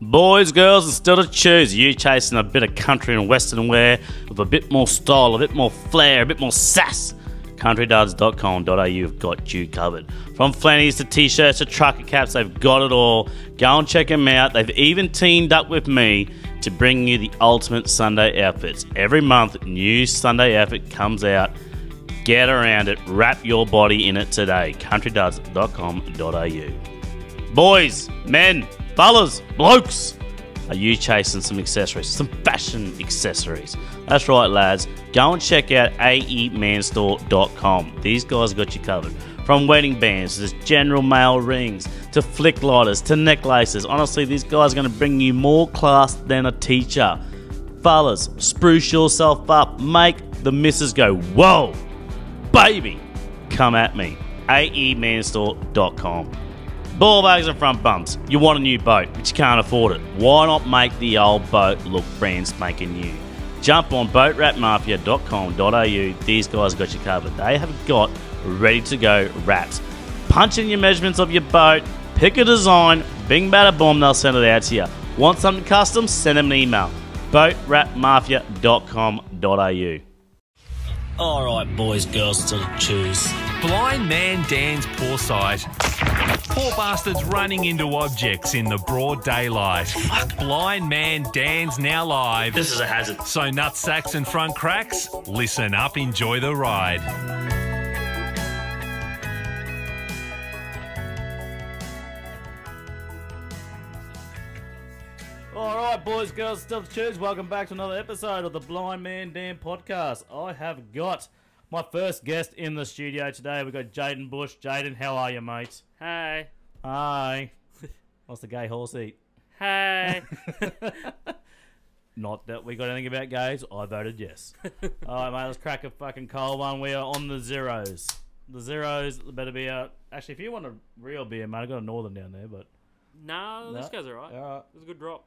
Boys, girls, and still to choose. You chasing a bit of country and western wear with a bit more style, a bit more flair, a bit more sass. CountryDuds.com.au have got you covered. From flannies to t-shirts to trucker caps, they've got it all. Go and check them out. They've even teamed up with me to bring you the ultimate Sunday outfits. Every month, new Sunday outfit comes out. Get around it. Wrap your body in it today. CountryDuds.com.au. Boys, men, fellas, blokes, are you chasing some accessories? Some fashion accessories. That's right, lads. Go and check out E aemanstore.com. These guys got you covered. From wedding bands to general mail rings to flick lighters to necklaces. Honestly, these guys are going to bring you more class than a teacher. Fellas, spruce yourself up. Make the missus go, whoa, baby, come at me. E aemanstore.com. Ball bags and front bumps. You want a new boat, but you can't afford it. Why not make the old boat look brand spanking new? Jump on boatwrapmafia.com.au. These guys got you covered. They have got ready to go wraps. Punch in your measurements of your boat, pick a design, bing bada boom, they'll send it out to you. Want something custom? Send them an email. boatwrapmafia.com.au. All right, boys, girls, to choose. Blind man Dan's poor sight. Poor bastards running into objects in the broad daylight. Blind man Dan's now live. This is a hazard. So nutsacks and front cracks, listen up, enjoy the ride. All right, boys, girls, stuff choose. Welcome back to another episode of the Blind Man Dan podcast. I have got my first guest in the studio today. We've got Jaden Bush. Jaden, how are you, mate? Hey. Hi. What's the gay horse eat? Hey. Not that we got anything about gays. I voted yes. All right, mate, let's crack a fucking cold one. We are on the zeros. The zeros better be out. Actually, if you want a real beer, mate, I got a northern down there, but. no, this No. guy's alright. All right. It was a good drop.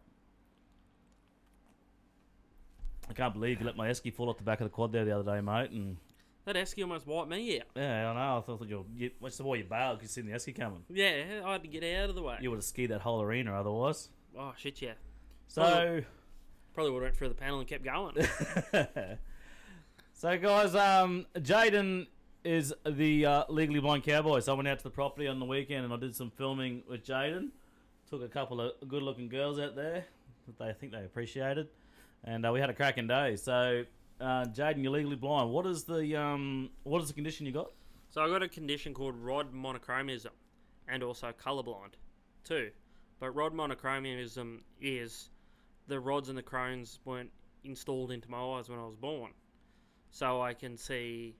I can't believe you let my esky fall off the back of the quad there the other day, mate. And That Esky almost wiped me out. yeah, I know. I thought you were. What's the boy you bailed because you seen the esky coming. Yeah, I had to get out of the way. You would have skied that whole arena otherwise. Oh, shit, yeah. So, Probably would have went through the panel and kept going. so guys, um, Jaden is the uh, legally blind cowboy. So I went out to the property on the weekend and I did some filming with Jaden. Took a couple of good-looking girls out there that they think they appreciated, and uh, we had a cracking day. So, uh, Jaden, you're legally blind. What is the um, what is the condition you got? so I got a condition called rod monochromism and also colorblind too. But rod monochromism is the rods and the crones weren't installed into my eyes when I was born. So I can see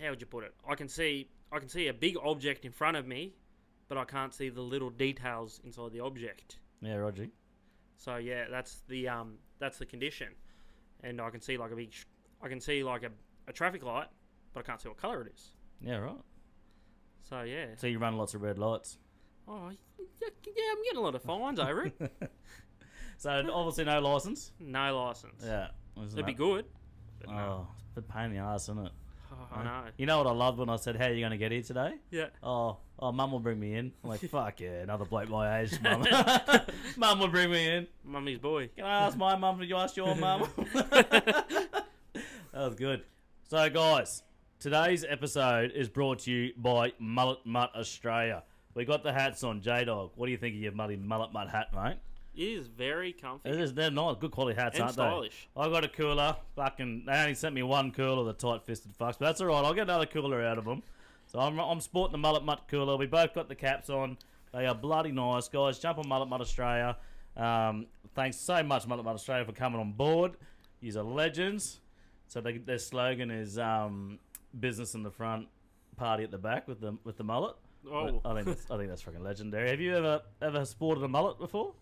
how would you put it? I can see I can see a big object in front of me, but I can't see the little details inside the object. Yeah, Roger. So yeah, that's the um that's the condition, and I can see like a big, sh- I can see like a, a traffic light, but I can't see what color it is. Yeah, right. So yeah, So you run lots of red lights. oh yeah, yeah, I'm getting a lot of fines eh, over it. So obviously no license. No license. Yeah, isn't it'd be that- good. But no. Oh, it's a pain in the ass, isn't it? Oh, I know. You know what I loved when I said, "How are you going to get here today?" Yeah. Oh, oh, mum will bring me in. I'm like, fuck yeah, another bloke my age, mum. mum will bring me in. Mummy's boy. Can I ask my mum? Did you ask your mum? that was good. So, guys, today's episode is brought to you by Mullet Mutt Australia. We got the hats on, J Dog. What do you think of your muddy Mullet Mutt hat, mate? It is very comfy. It is, they're nice, good quality hats, And aren't stylish. they? I got a cooler. Fucking, they only sent me one cooler, the tight-fisted fucks, but that's all right. I'll get another cooler out of them. So I'm, I'm sporting the mullet mutt cooler. We both got the caps on. They are bloody nice, guys. Jump on mullet mutt Australia. Um, thanks so much, mullet mutt Australia, for coming on board. These are legends. So they, their slogan is um, "Business in the front, party at the back" with the with the mullet. Oh, I think that's I think that's fucking legendary. Have you ever ever sported a mullet before?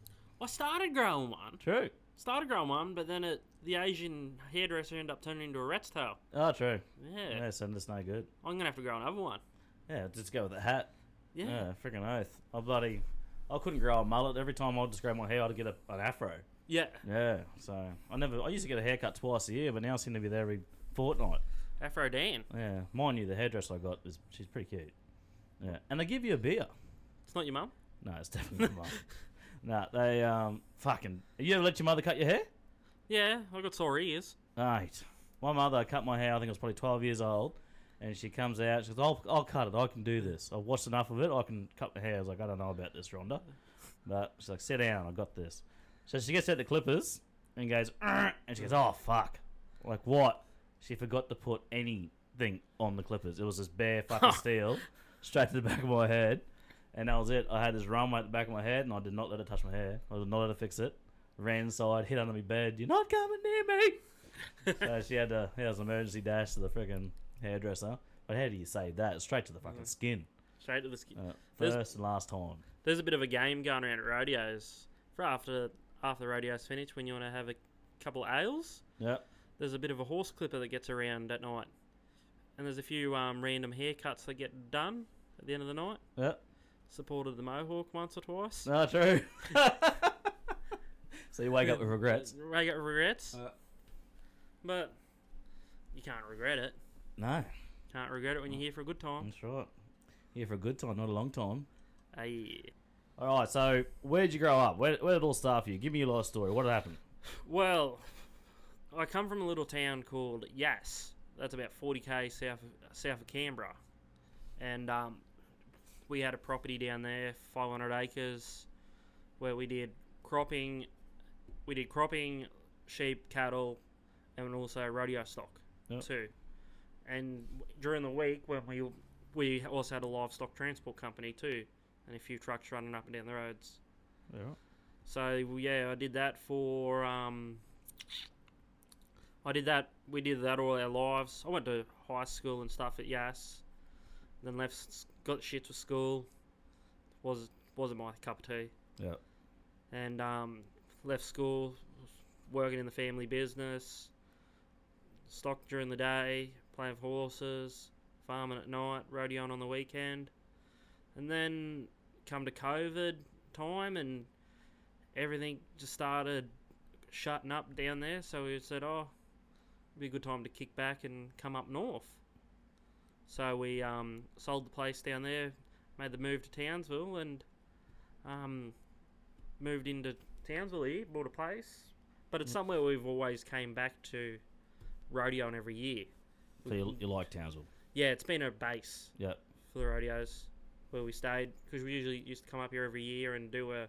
I started growing one. True. Started growing one, but then it, the Asian hairdresser ended up turning into a rat's tail. Oh, true. Yeah. Yeah, send us no good. I'm gonna have to grow another one. Yeah, just go with a hat. Yeah. Yeah, freaking oath. I bloody, I couldn't grow a mullet. Every time I'd just grow my hair, I'd get a, an afro. Yeah. Yeah, so I never. I used to get a haircut twice a year, but now I seem to be there every fortnight. Afro Dan. Yeah, mind you, the hairdresser I got is she's pretty cute. Yeah, and they give you a beer. It's not your mum. No, it's definitely not mine. No, they um fucking. You ever let your mother cut your hair? Yeah, I got sore ears. Mate, my mother I cut my hair. I think I was probably twelve years old, and she comes out. She goes, "I'll, I'll cut it. I can do this. I've watched enough of it. I can cut my hair." I was like, "I don't know about this, Rhonda," but she's like, "Sit down. I got this." So she gets out the clippers and goes, "Arr," and she goes, "Oh fuck!" I'm Like what? She forgot to put anything on the clippers. It was this bare fucking steel straight to the back of my head, and that was it. I had this runway at the back of my head, and I did not let it touch my hair. I did not let it fix it. Ran inside, hid under my bed. You're not coming near me. So Uh, she had to, yeah, it was an emergency dash to the freaking hairdresser. But how do you say that? It's Straight to the fucking skin. Straight to the skin. Uh, There's- first and last time. There's a bit of a game going around at rodeos. For after after the rodeo's finished, when you want to have a couple ales, Yep. there's a bit of a horse clipper that gets around at night, and there's a few um, random haircuts that get done at the end of the night. Yep. Supported the mohawk once or twice. No, true. so you wake up with regrets. I got regrets, Uh. but you can't regret it. No, Can't regret it when you're here for a good time. that's right. Here for a good time, not a long time. Aye. All right, so where'd you grow up? Where, where did it all start for you? Give me your life story. What happened? Well, I come from a little town called Yass. That's about 40k south of, south of Canberra, and um, we had a property down there, 500 acres, where we did cropping. We did cropping, sheep, cattle, and also rodeo stock Yep. too. And w- during the week, when we we also had a livestock transport company too, and a few trucks running up and down the roads. So yeah, I did that for um, I did that. We did that all our lives. I went to high school and stuff at Yass, then left. s- Got shits with school. Was wasn't my cup of tea, Yeah. and um, left school, was working in the family business, stock during the day, playing with horses, farming at night, rodeoing on the weekend, and then come to COVID time and everything just started shutting up down there. So we said, "Oh, it'd be a good time to kick back and come up north." So we um, sold the place down there, made the move to Townsville, and um, moved into Townsville here, bought a place. But it's somewhere we've always came back to rodeoing every year. So you, you like Townsville? Yeah, it's been a base Yep. for the rodeos where we stayed because we usually used to come up here every year and do a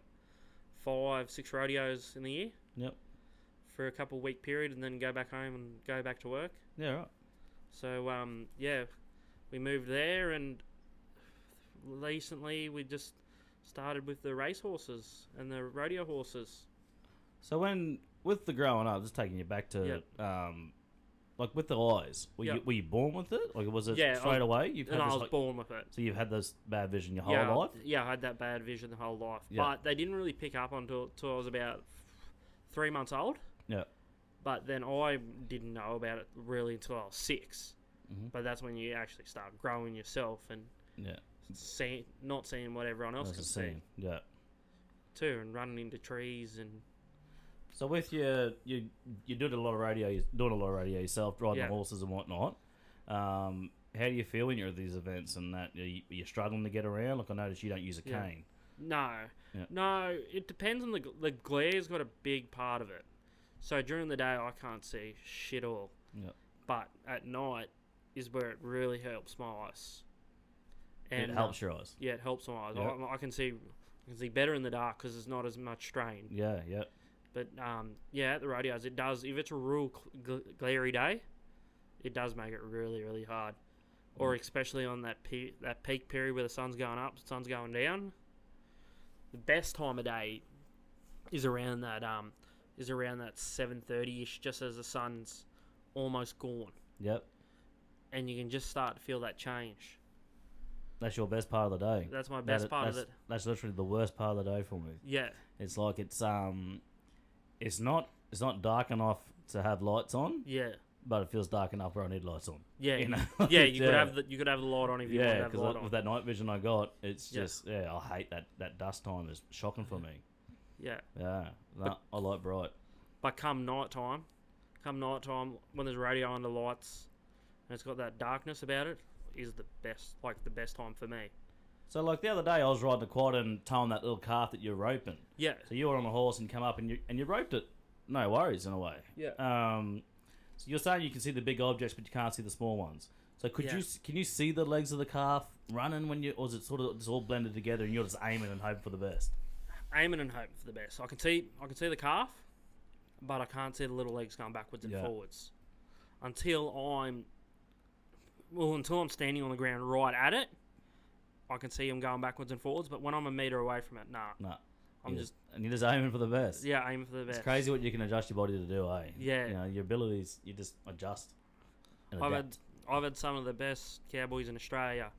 five, six rodeos in the year Yep. for a couple week period and then go back home and go back to work. Yeah. Right. So um, yeah, we moved there and recently we just started with the race horses and the rodeo horses. So when with the growing up, just taking you back to um, like with the eyes, were you Yep. were you born with it? Like was it Yeah, I straight was- away? You've And had I this, was like- born with it. so you've had this bad vision your whole yeah, life. yeah, I had that bad vision the whole life, Yeah. but they didn't really pick up until, until I was about three months old. Yeah. But then I didn't know about it really until I was 6 Mm-hmm. But that's when you actually start growing yourself and Yeah. seeing, not seeing what everyone else That's the can see same. Yeah. too, and running into trees and So with your you you did a lot of radio, you're doing a lot of radio yourself, riding Yeah. the horses and whatnot. Um, how do you feel when you're at these events and that you, you're struggling to get around? Like I noticed you don't use a Yeah. cane. No, Yeah. no. It depends on the gl- the glare's got a big part of it. So during the day I can't see shit all, Yeah. but at night is where it really helps my eyes. it uh, helps your eyes. yeah, it helps my eyes. Yeah. I, I can see, I can see better in the dark because there's not as much strain. Yeah. Yeah. But um, yeah, at the radios, it does. If it's a real gl- gl- glary day, it does make it really, really hard. Mm. Or especially on that pe- that peak period where the sun's going up, the sun's going down. The best time of day is around that um is around that seven thirty ish, just as the sun's almost gone, Yep. and you can just start to feel that change. That's your best part of the day. That's my best That- part of that's- it. That's literally the worst part of the day for me. Yeah, It's like it's um, it's not it's not dark enough to have lights on, yeah, but it feels dark enough where I need lights on. yeah, You know? yeah. You could Yeah. have the you could have the light on if you want to Yeah, have the because light with on. that night vision I got, it's Yeah. just yeah, I hate that that dust time is shocking for me. Yeah. Yeah, no, I like bright. But come night time, come night time when there's radio on the lights and it's got that darkness about it, is the best like the best time for me. So like the other day, I was riding a quad and towing that little calf that you're roping. Yeah. So you were on a horse and come up and you and you roped it. No worries in a way. Yeah. Um, so you're saying you can see the big objects, but you can't see the small ones. So could Yeah. you s- can you see the legs of the calf running when you, or is it sort of just all blended together and you're just aiming and hoping for the best? Aiming and hoping for the best. I can see I can see the calf, but I can't see the little legs going backwards and Yeah. forwards. Until I'm well, until I'm standing on the ground right at it, I can see them going backwards and forwards, but when I'm a meter away from it, nah. No. I'm You're just- and you're just aiming for the best. Yeah, aiming for the best. It's crazy what you can adjust your body to do, eh? Yeah. You know, your abilities, you just adjust. and I've adapt. had I've had some of the best cowboys in Australia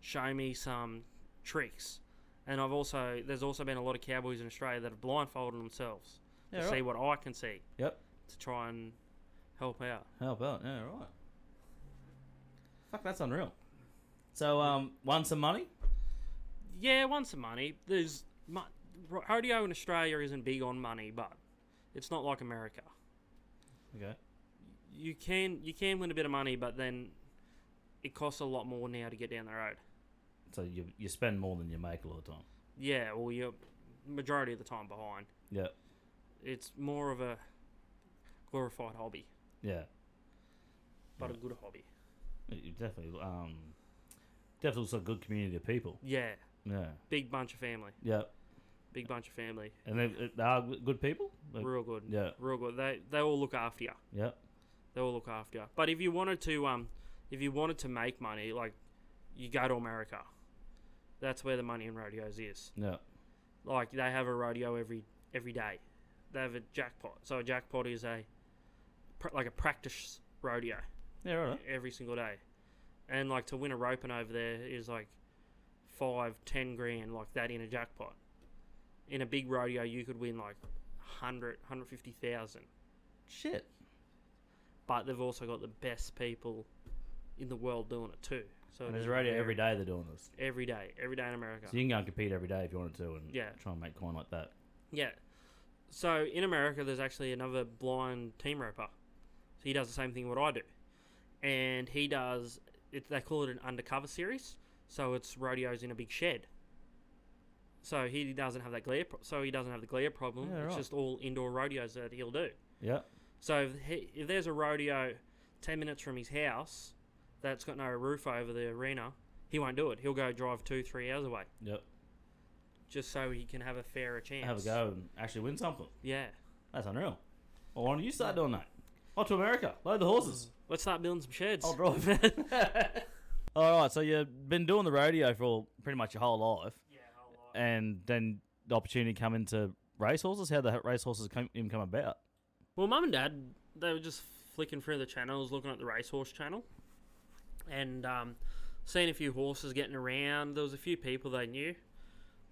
show me some tricks, and I've also there's also been a lot of cowboys in Australia that have blindfolded themselves Yeah, to right. see what I can see Yep. to try and help out. Help out. Yeah, right. Fuck, that's unreal. So, um, won some money? Yeah, won some money. There's mu- ro- rodeo in Australia isn't big on money, but it's not like America. Okay. You can you can win a bit of money, but then it costs a lot more now to get down the road. So you you spend more than you make all the time. Yeah, well you're majority of the time behind. Yeah. It's more of a glorified hobby. Yeah. but a good hobby. You definitely, um, definitely also a good community of people. Yeah, Yeah. big bunch of family, Yeah. big bunch of family, And they, they are good people? Like, real good. yeah. real good. They they all look after you. yeah. They all look after you. But if you wanted to, um, if you wanted to make money, like you go to America, that's where the money in rodeos is. Yeah. Like they have a rodeo every every day. They have a jackpot. So a jackpot is a pr- like a practice rodeo Yeah, right. every single day, and like to win a roping over there is like five, ten grand like that in a jackpot. In a big rodeo, you could win like 100, 150,000. Shit. But they've also got the best people in the world doing it too. So And it there's is radio very- every day they're doing this. Every day, every day in America. So you can go and compete every day if you wanted to and Yeah. try and make coin like that. Yeah. So in America, there's actually another blind team roper. So he does the same thing what I do, and he does. It, they call it an undercover series. So it's rodeos in a big shed. So he doesn't have that glare. Pro- so he doesn't have the glare problem. Yeah, It's right. just all indoor rodeos that he'll do. Yeah. So if, he, if there's a rodeo ten minutes from his house that's got no roof over the arena, he won't do it. He'll go drive two, three hours away Yep. just so he can have a fairer chance. Have a go and actually win something. Yeah. That's unreal. Well, why don't you start doing that? Off to America. Load the horses. Let's start building some sheds. I'll drive. All right. So you've been doing the rodeo for pretty much your whole life, Yeah, I'll, uh, and then the opportunity come into race horses. How the race horses come, even come about? Well, mum and dad, they were just flicking through the channels, looking at the racehorse channel, and um, seeing a few horses getting around. There was a few people they knew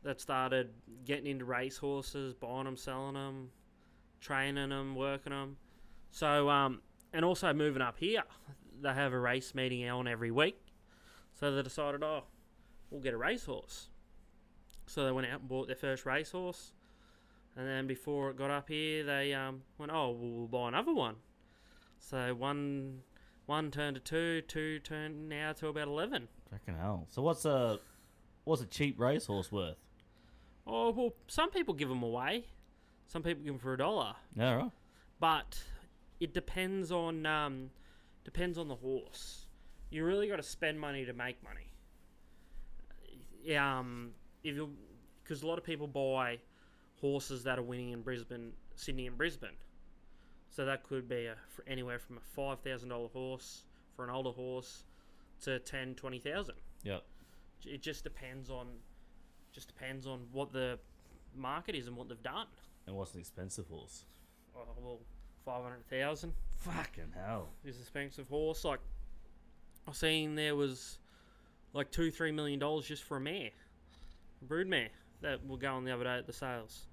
that started getting into racehorses, buying them, selling them, training them, working them. So, um, and also moving up here, they have a race meeting on every week. So they decided, oh, we'll get a racehorse. So they went out and bought their first racehorse. And then before it got up here, they um, went, oh, well, we'll buy another one. So one one turned to two, two turned now to about 11. Fucking hell. So what's a what's a cheap race horse worth? Oh, well, some people give them away. Some people give them for a dollar. Yeah. Right. But it depends on um, depends on the horse. You really got to spend money to make money. Um, if you because a lot of people buy horses that are winning in Brisbane, Sydney, and Brisbane. So that could be a, for anywhere from a five thousand dollar horse for an older horse to ten twenty thousand. Yep. It just depends on just depends on what the market is and what they've done. And what's an expensive horse? Oh, well, five hundred thousand. Fucking hell. this expensive horse. Like I seen there was like two, three million dollars just for a mare, a brood mare that will go on the other day at the sales.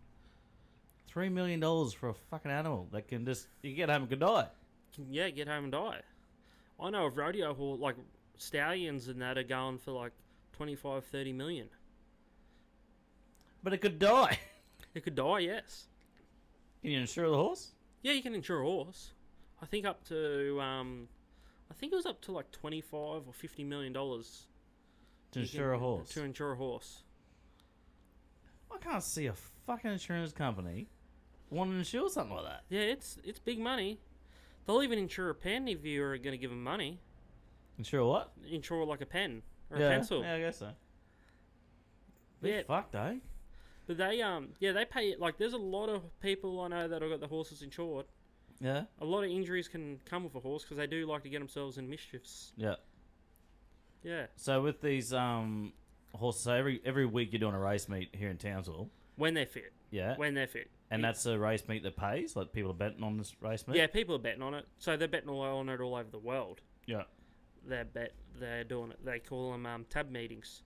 Three million dollars for a fucking animal that can just you can get home and could die. Can- Yeah, get home and die. I know of rodeo horse like stallions and that are going for like 25, 30 million. But it could die. It could die, yes. Can you insure the horse? Yeah, you can insure a horse. I think up to um, I think it was up to like twenty five or fifty million dollars To You insure can- a horse. To insure a horse. I can't see a fucking insurance company wanting to insure something like that. Yeah, it's it's big money. They'll even insure a pen if you're going to give them money. Insure what? Insure like a pen or yeah. a pencil. Yeah, I guess so. Yeah, Fucked, eh? but they um yeah they pay like there's a lot of people I know that have got the horses insured. Yeah. A lot of injuries can come with a horse because they do like to get themselves in mischiefs. Yeah. Yeah, So with these um horses, so every every week you're doing a race meet here in Townsville. when they're fit, Yeah. when they're fit, and that's a race meet that pays. Like people are betting on this race meet. yeah people are betting on it. So they're betting all on it all over the world. Yeah. They're bet they're doing it. They call them um, tab meetings.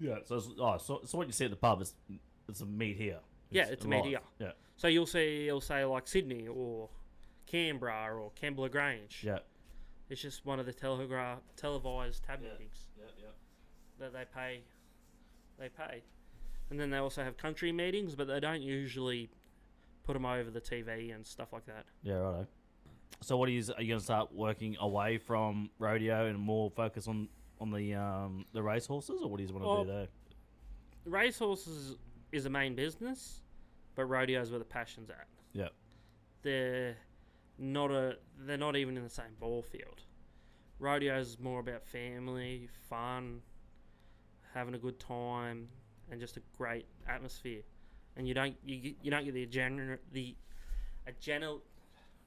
Yeah. So it's, oh, so so what you see at the pub is it's a meet here. Yeah, it's a meet live. here. Yeah. So you'll see you'll say like Sydney or Canberra or Canberra Grange. Yeah. It's just one of the telegraph televised tab meetings that they pay. They pay, and then they also have country meetings, but they don't usually put them over the TV and stuff like that. Yeah. Righto. So what is are you going to start working away from rodeo and more focus on on the um the race horses or what do you want to Well, do there? Racehorses is a main business, but rodeo's where the passion's at. Yeah. They're not a. They're not even in the same ball field. Rodeo's more about family, fun, having a good time, and just a great atmosphere. And you don't you get- you don't get the adrenaline the adrenal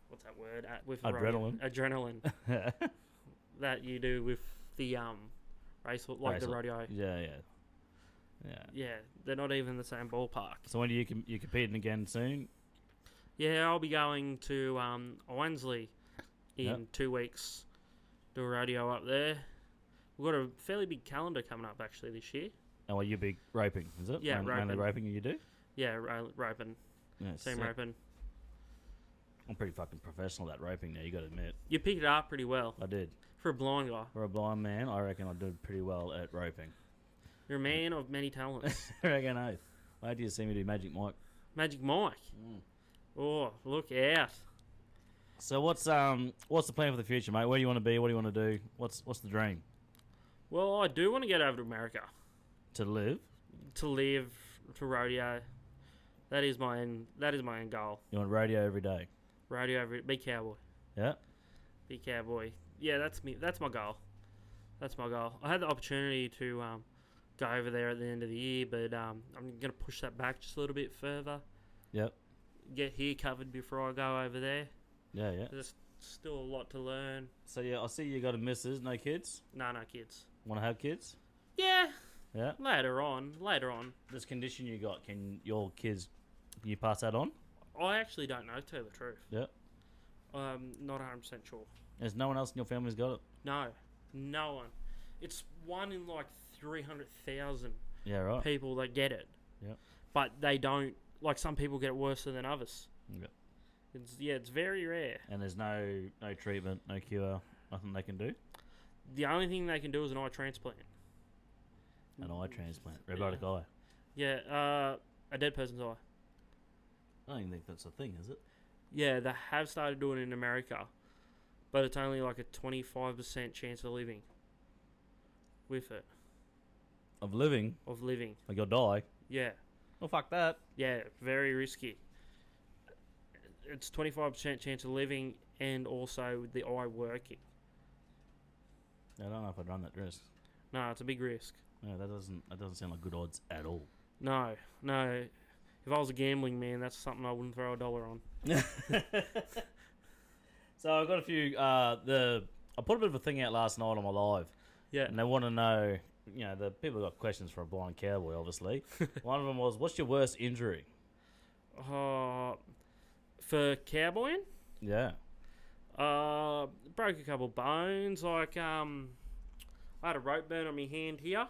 what's that word uh, with rodeo? Adrenaline. adrenaline yeah. that you do with the um race like Race the horse. rodeo. Yeah. Yeah. Yeah, they're not even in the same ballpark. So when are you com- you competing again soon? Yeah, I'll be going to um, Wansley in Yeah. two weeks. Do a rodeo up there. We've got a fairly big calendar coming up actually this year. Oh, well, you be roping, is it? Yeah, Mainly roping. roping you do? Yeah, ro- roping, Yeah, team sick. roping. I'm pretty fucking professional at roping now, you gotta admit. You pick it up pretty well I did. for a blind guy. For a blind man, I reckon I did pretty well at roping. You're a man of many talents. I reckon oath. Why do you see me do Magic Mike? Magic Mike. Mm. Oh, look out! So what's um what's the plan for the future, mate? Where do you want to be? What do you want to do? What's what's the dream? Well, I do want to get over to America To live? to live to rodeo. That is my end. That is my end goal. You want radio every day? Rodeo, every- be cowboy. Yeah. Be cowboy. Yeah, that's me. That's my goal. That's my goal. I had the opportunity to um, go over there at the end of the year, but um, I'm gonna push that back just a little bit further. Yep. Get here covered before I go over there. Yeah, yeah. There's still a lot to learn. So yeah, I see you got a missus, no kids. No, no, kids. Want to have kids? Yeah, Yeah. later on. Later on. This condition you got, can your kids? Can you pass that on? I actually don't know, to tell the truth. Yeah. I'm not 100% sure. There's no one else in your family's got it. No, no one. It's one in like 300,000 Yeah, right. people that get it. Yep. But they don't, like, some people get it worse than others. Yep. It's, yeah, it's very rare. And there's no no treatment, no cure, nothing they can do. The only thing they can do is an eye transplant. An eye transplant, robotic eye. Yeah, uh, a dead person's eye. I don't even think that's a thing, is it? Yeah, they have started doing it in America, but it's only like a 25% chance of living with it, Of living, of living. like you'll die. Yeah. Well, fuck that. Yeah, very risky. It's twenty five percent chance of living, and also the eye working. I don't know if I'd run that risk. No, it's a big risk. No, that doesn't that doesn't sound like good odds at all. No, no. If I was a gambling man, that's something I wouldn't throw a dollar on. So I've got a few. Uh, the I put a bit of a thing out last night on my live, Yeah, and they want to know. You know, the people got questions for a blind cowboy. Obviously, one of them was, "What's your worst injury?" uh, for cowboying, Yeah, uh, broke a couple bones. Like um, I had a rope burn on my hand here,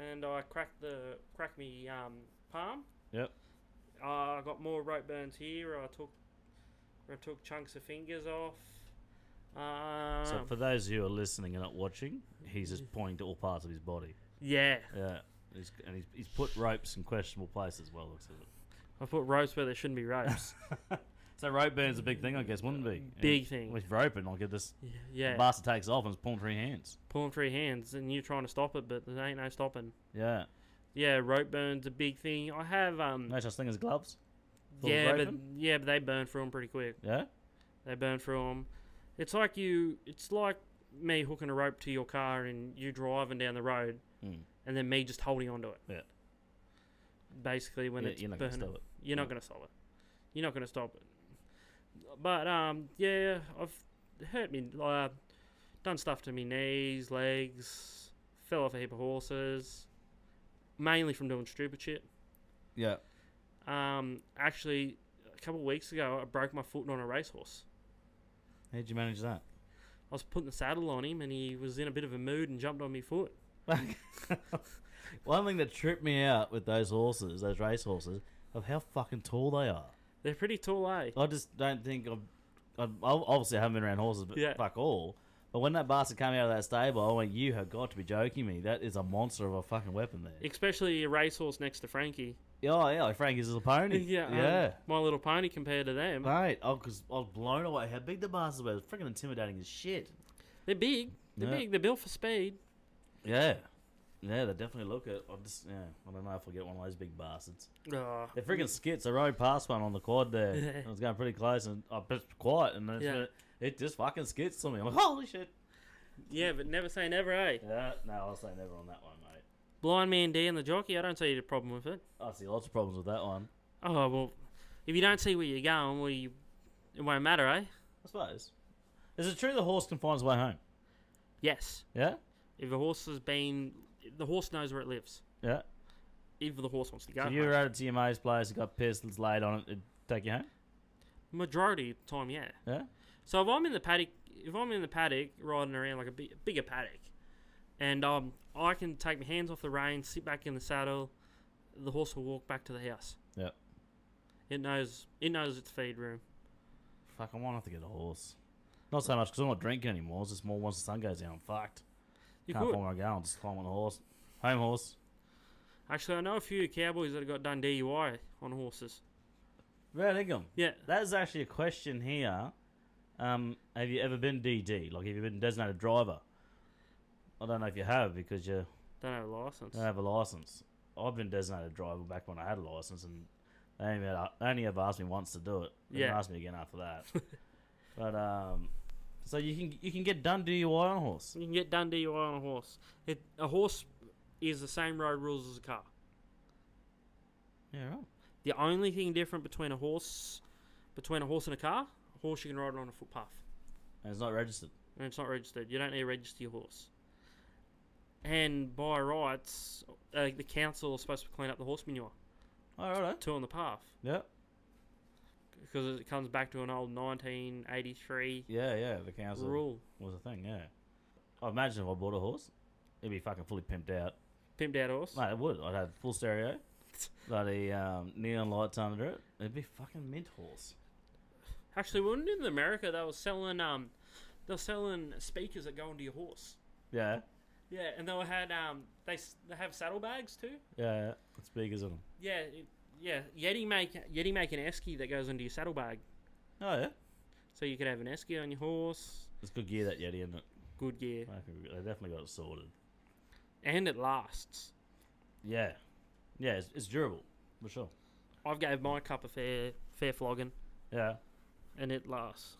and I cracked the cracked me um palm. yep, Uh, I got more rope burns here. I took, I took chunks of fingers off. Um, So for those who are listening and not watching, he's just pointing to all parts of his body. yeah, Yeah, he's, and he's, he's put ropes in questionable places. Well, looks at I put ropes where there shouldn't be ropes. it. So rope burn's a big thing, I guess, wouldn't it be? Big Yeah. thing. With rope, and I'll get this Yeah, bastard takes off and it's pulling three hands. pulling three hands, and you trying to stop it, but there ain't no stopping. Yeah. Yeah, rope burns a big thing. I have um. No such thing as gloves. for yeah, but roping? yeah, but they burn through them pretty quick. Yeah? They burn through them. It's like you. It's like me hooking a rope to your car and you driving down the road, Mm. and then me just holding onto it. Yeah. Basically, when Yeah, it's you're not gonna burning, stop it. you're not No. gonna stop it. You're not gonna stop it. But um, yeah, I've hurt me. Uh, done stuff to me knees, legs. Fell off a heap of horses, mainly from doing stupid shit. Yeah. Um, actually, a couple of weeks ago, I broke my foot on a racehorse. How'd you manage that? I was putting the saddle on him, and he was in a bit of a mood and jumped on my foot. One thing that tripped me out with those horses, those race horses, of how fucking tall they are. They're pretty tall, eh? I just don't think I've, I've ob- obviously I haven't been around horses, but Yeah. fuck all. But when that bastard came out of that stable, I went, "You have got to be joking me! That is a monster of a fucking weapon there." Especially a racehorse next to Frankie. oh yeah, like Frankie's little pony. yeah, um, yeah. My Little Pony compared to them, Mate, oh, because I was blown away how big the bastards were. Freaking intimidating as shit. they're big. They're Yeah. big. They're built for speed. Yeah, yeah, they definitely look it. I'm just, yeah, I don't know if I'll get one of those big bastards. Oh, They're freaking skits. I rode past one on the quad there. Yeah. I was going pretty close, and I just quiet, and then Yeah. it, it just fucking skits to me. I'm like, holy shit. yeah, but never say never, eh? Yeah, no, I'll say never on that one, mate. Blind man D and the jockey. I don't see a problem with it. I see lots of problems with that one. Oh well, if you don't see where you're going, well, you, it won't matter, eh? I suppose. Is it true the horse can find his way home? Yes. Yeah, If a horse has been, the horse knows where it lives. yeah. If the horse wants to go. So you home. rode it to your mate's place, you got pissed, it's laid on it, it'd take you home. Majority of the time, yeah. Yeah, So if I'm in the paddock, if I'm in the paddock riding around like a big, bigger paddock, and um, I can take my hands off the reins, sit back in the saddle, the horse will walk back to the house. yeah. It knows it knows its feed room. Fuck, I might have to get a horse. Not so much because I'm not drinking anymore. It's just more once the sun goes down, I'm fucked. You Can't could find where I'm going. I'll just climb on a horse. Home horse. actually, I know a few cowboys that have got done DUI on horses. Right, Ingham. Yeah, That is actually a question here. Um, have you ever been DD? Like, have you been designated driver? I don't know if you have because you don't have a license. don't have a license. I've been designated driver back when I had a license, and they only, had- they only ever asked me once to do it. They didn't Yeah. asked me again after that. but um, so you can you can get done DUI on a horse. you can get done DUI on a horse. It, a horse is the same road rules as a car. Yeah, right. The only thing different between a horse, between a horse and a car, a horse you can ride on a footpath. And it's not registered. and it's not registered. You don't need to register your horse. And by rights, uh, the council is supposed to clean up the horse manure All Oh, right. too on the path Yeah. because it comes back to an old 1983 Yeah, yeah. The council rule. was a thing. Yeah. I imagine if I bought a horse, it'd be fucking fully pimped out. Pimped out horse. Mate, it would. I'd have full stereo, bloody um, neon lights under it. It'd be fucking mint horse. Actually, when in America, they were selling um, they were selling speakers that go into your horse. Yeah, Yeah, and they were had um, they s- they have saddlebags too. yeah. With speakers on them. Yeah, it- yeah. Yeti make Yeti make an esky that goes into your saddlebag, Oh yeah, so you could have an esky on your horse. it's good gear that Yeti, isn't it? Good gear, Fucking- They definitely got it sorted. and it lasts. Yeah, yeah. It's, it's durable for sure. I've gave my cup a fair fair flogging, Yeah. and it lasts.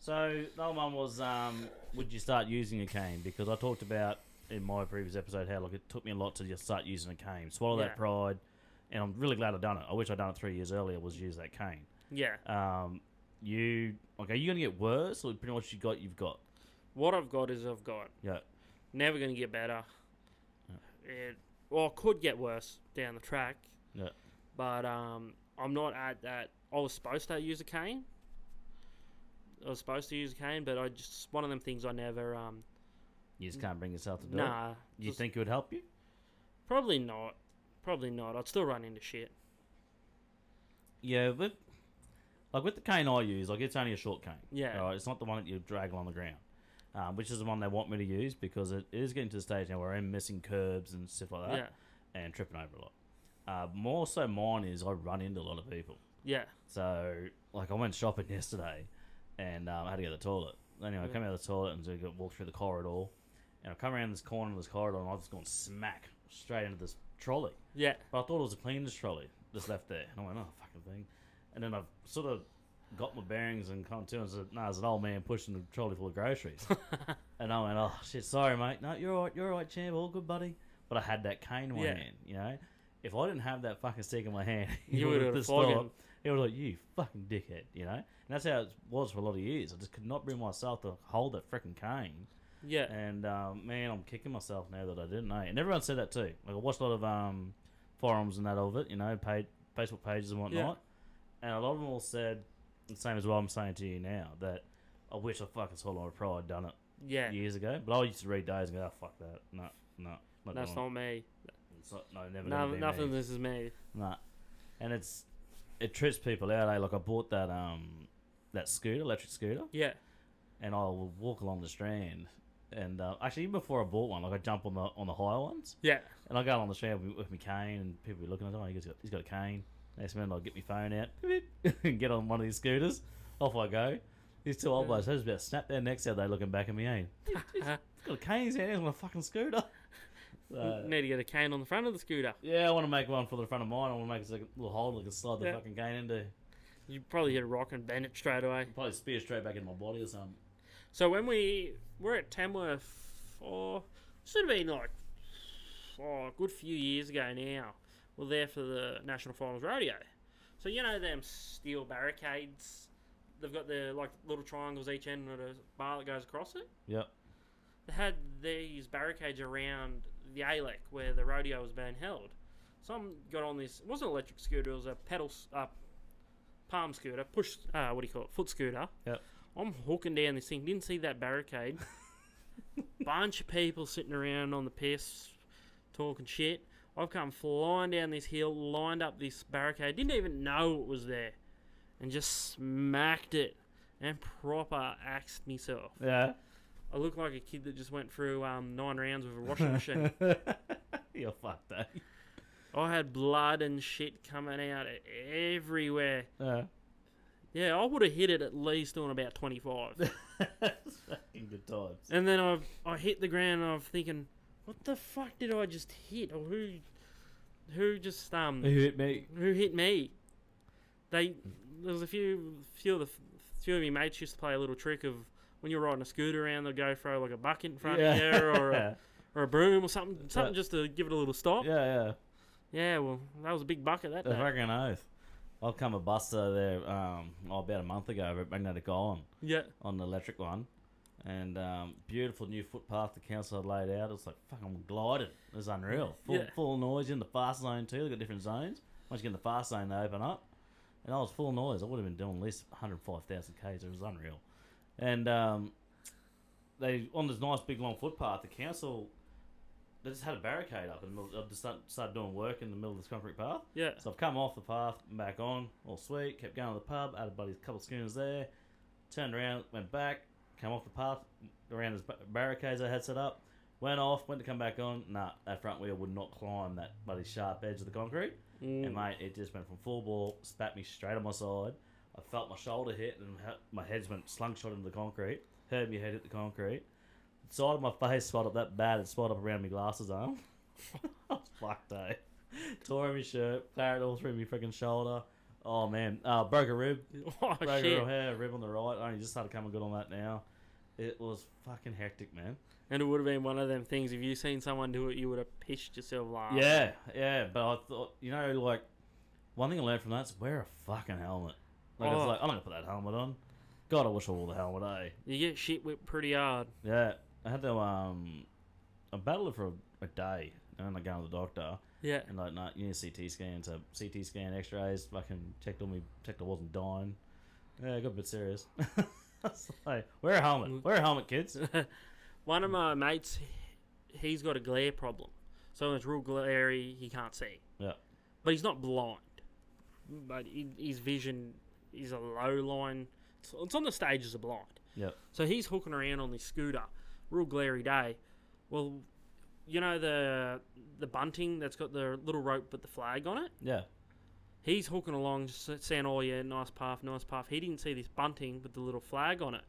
So the other one was, um, would you start using a cane? Because I talked about in my previous episode how like it took me a lot to just start using a cane, swallow Yeah. that pride, and I'm really glad I've done it. I wish I'd done it three years earlier. Was use that cane. Yeah. Um, you like, are you gonna get worse or pretty much you got you've got? What I've got is I've got Yeah, never going to get better. It well it could get worse down the track, yeah, but um, I'm not at that. I was supposed to use a cane. I was supposed to use a cane, but I just one of them things I never um you just can't bring yourself to do it. nah. Do you just- think it would help you? probably not? Probably not. I'd still run into shit. Yeah, but like with the cane I use, like it's only a short cane. Yeah. Alright, it's not the one that you drag along the ground, um, which is the one they want me to use because it is getting to the stage now where I'm missing curbs and stuff like that Yeah. and tripping over a lot. Uh, more so, mine is I run into a lot of people. Yeah. So, like, I went shopping yesterday, and um, I had to go to the toilet. Anyway, I Yeah. came out of the toilet and so I got- walked through the corridor, and I come around this corner of this corridor, and I've just gone smack straight into this trolley. Yeah. But I thought it was a cleaner's trolley that's left there. And I went, oh, fucking thing. And then I've sort of got my bearings and come to and said, no, it's an old man pushing a trolley full of groceries. and I went, oh, shit, sorry, mate. No, you're all right. You're all right, champ. All good, buddy. But I had that cane in my Yeah. hand, you know? If I didn't have that fucking stick in my hand, You would've would've pissed flogged off. him. It was like, you fucking dickhead, you know? And that's how it was for a lot of years. I just could not bring myself to hold that freaking cane. Yeah. And um, man, I'm kicking myself now that I didn't. Eh? And everyone said that too. Like I watched a lot of um, forums and that of it, you know, paid Facebook pages and whatnot. And a lot of them all said the same as what I'm saying to you now that I wish I fucking swallowed my pride, done it Yeah. years ago. But I used to read days and go, oh, fuck that, no, no, not That's doing not me. it. It's not, no, never No, gonna be nothing. me. This is me. Nah. And it's it trips people out. Eh? Like I bought that um that scooter, electric scooter Yeah. and I would walk along the strand. And uh, actually, even before I bought one, like I jump on the on the higher ones, Yeah. and I go along the strand with, with my cane, and people be looking at, oh, he's got he's got a cane. Next minute, I'll get my phone out, beep, beep, and get on one of these scooters. Off I go. These two old blokes, they just about snap their necks out. They looking back at me, ain't? He's Uh-huh. got a cane in his hand. He's on a fucking scooter. So, Need to get a cane on the front of the scooter. yeah, I want to make one for the front of mine. I want to make it like a little hole that I can slide the Yeah. fucking cane into. You probably hit a rock and bend it straight away. Probably spear straight back into my body or something. So when we were at Tamworth, oh, should have been like oh, a good few years ago now. We're there for the National Finals Rodeo. So you know them steel barricades. They've got the like little triangles each end and a bar that goes across it. Yep. They had these barricades around the ALEC where the rodeo was being held. Some got on this. It wasn't an electric scooter. It was a pedal, s- uh, palm scooter, push. Uh, what do you call it? Foot scooter. Yep. I'm hooking down this thing. Didn't see that barricade. Bunch of people sitting around on the piss, talking shit. I've come flying down this hill, lined up this barricade. Didn't even know it was there, and just smacked it and proper axed myself. Yeah. I look like a kid that just went through um, nine rounds with a washing machine. You're fucked, eh? I had blood and shit coming out everywhere. Yeah. Yeah, I would have hit it at least on about twenty-five. It's fucking good times. And then I I hit the ground and I'm thinking, what the fuck did I just hit? Or who who just um hit me? who hit me? They there was a few few of the few of my mates used to play a little trick of when you're riding a scooter around they'll go throw like a bucket in front Yeah. of you or a, or a broom or something something just to give it a little stop. Yeah, yeah, yeah. well that was a big bucket that The day. fucking oath. I've come a buster there um, oh, about a month ago over at Magnetic Island Yeah, on the electric one. And um, beautiful new footpath the council had laid out. It's like fucking glided. It was unreal. Full, Yeah. full noise in the fast zone too. They've got different zones. Once you get in the fast zone, they open up. And I was full noise. I would have been doing at least 105,000 Ks. It was unreal. And um, they on this nice big long footpath, the council they just had a barricade up in the middle. I just start- started doing work in the middle of this concrete path. yeah, So I've come off the path, and back on, all sweet. Kept going to the pub, had a buddy's couple schooners there. Turned around, went back, came off the path, around his ba- barricades I had set up. Went off, went to come back on. Nah, that front wheel would not climb that bloody sharp edge of the concrete. And mate, it just went from full ball, spat me straight on my side. I felt my shoulder hit, and ha- my head went slungshot into the concrete. Heard me head hit the concrete. The side of my face swelled up that bad, it swelled up around my glasses arm. I was fucked, eh? Tore my shirt, claret all through my freaking shoulder. Oh man, uh, broke a rib, oh broke a shit, real hair, rib on the right. I only just started coming good on that now. It was fucking hectic, man. and it would have been one of them things. If you seen someone do it, you would have pissed yourself laughing. Yeah, yeah, but I thought, you know, like one thing I learned from that is wear a fucking helmet. Like Oh. it's like I'm not gonna put that helmet on. God, I wish I wore the helmet. Eh? you get shit whipped pretty hard. Yeah, I had to um, I battled it for a, a day, and then I go to the doctor. Yeah, And like, nah, you need a CT scan. So CT scan, X-rays, fucking checked on me, checked I wasn't dying. Yeah, I got a bit serious. I was like, wear a Mm. helmet. Wear a helmet, kids. One of my mates, he's got a glare problem. So when it's real glary, he can't see. Yeah, But he's not blind. But he, his vision is a low line. It's, it's on the stages of blind. yeah, So he's hooking around on this scooter, real glary day. Well, you know the the bunting that's got the little rope with the flag on it. Yeah. He's hooking along, just s- saying, "Oh yeah, nice path, nice path." He didn't see this bunting with the little flag on it.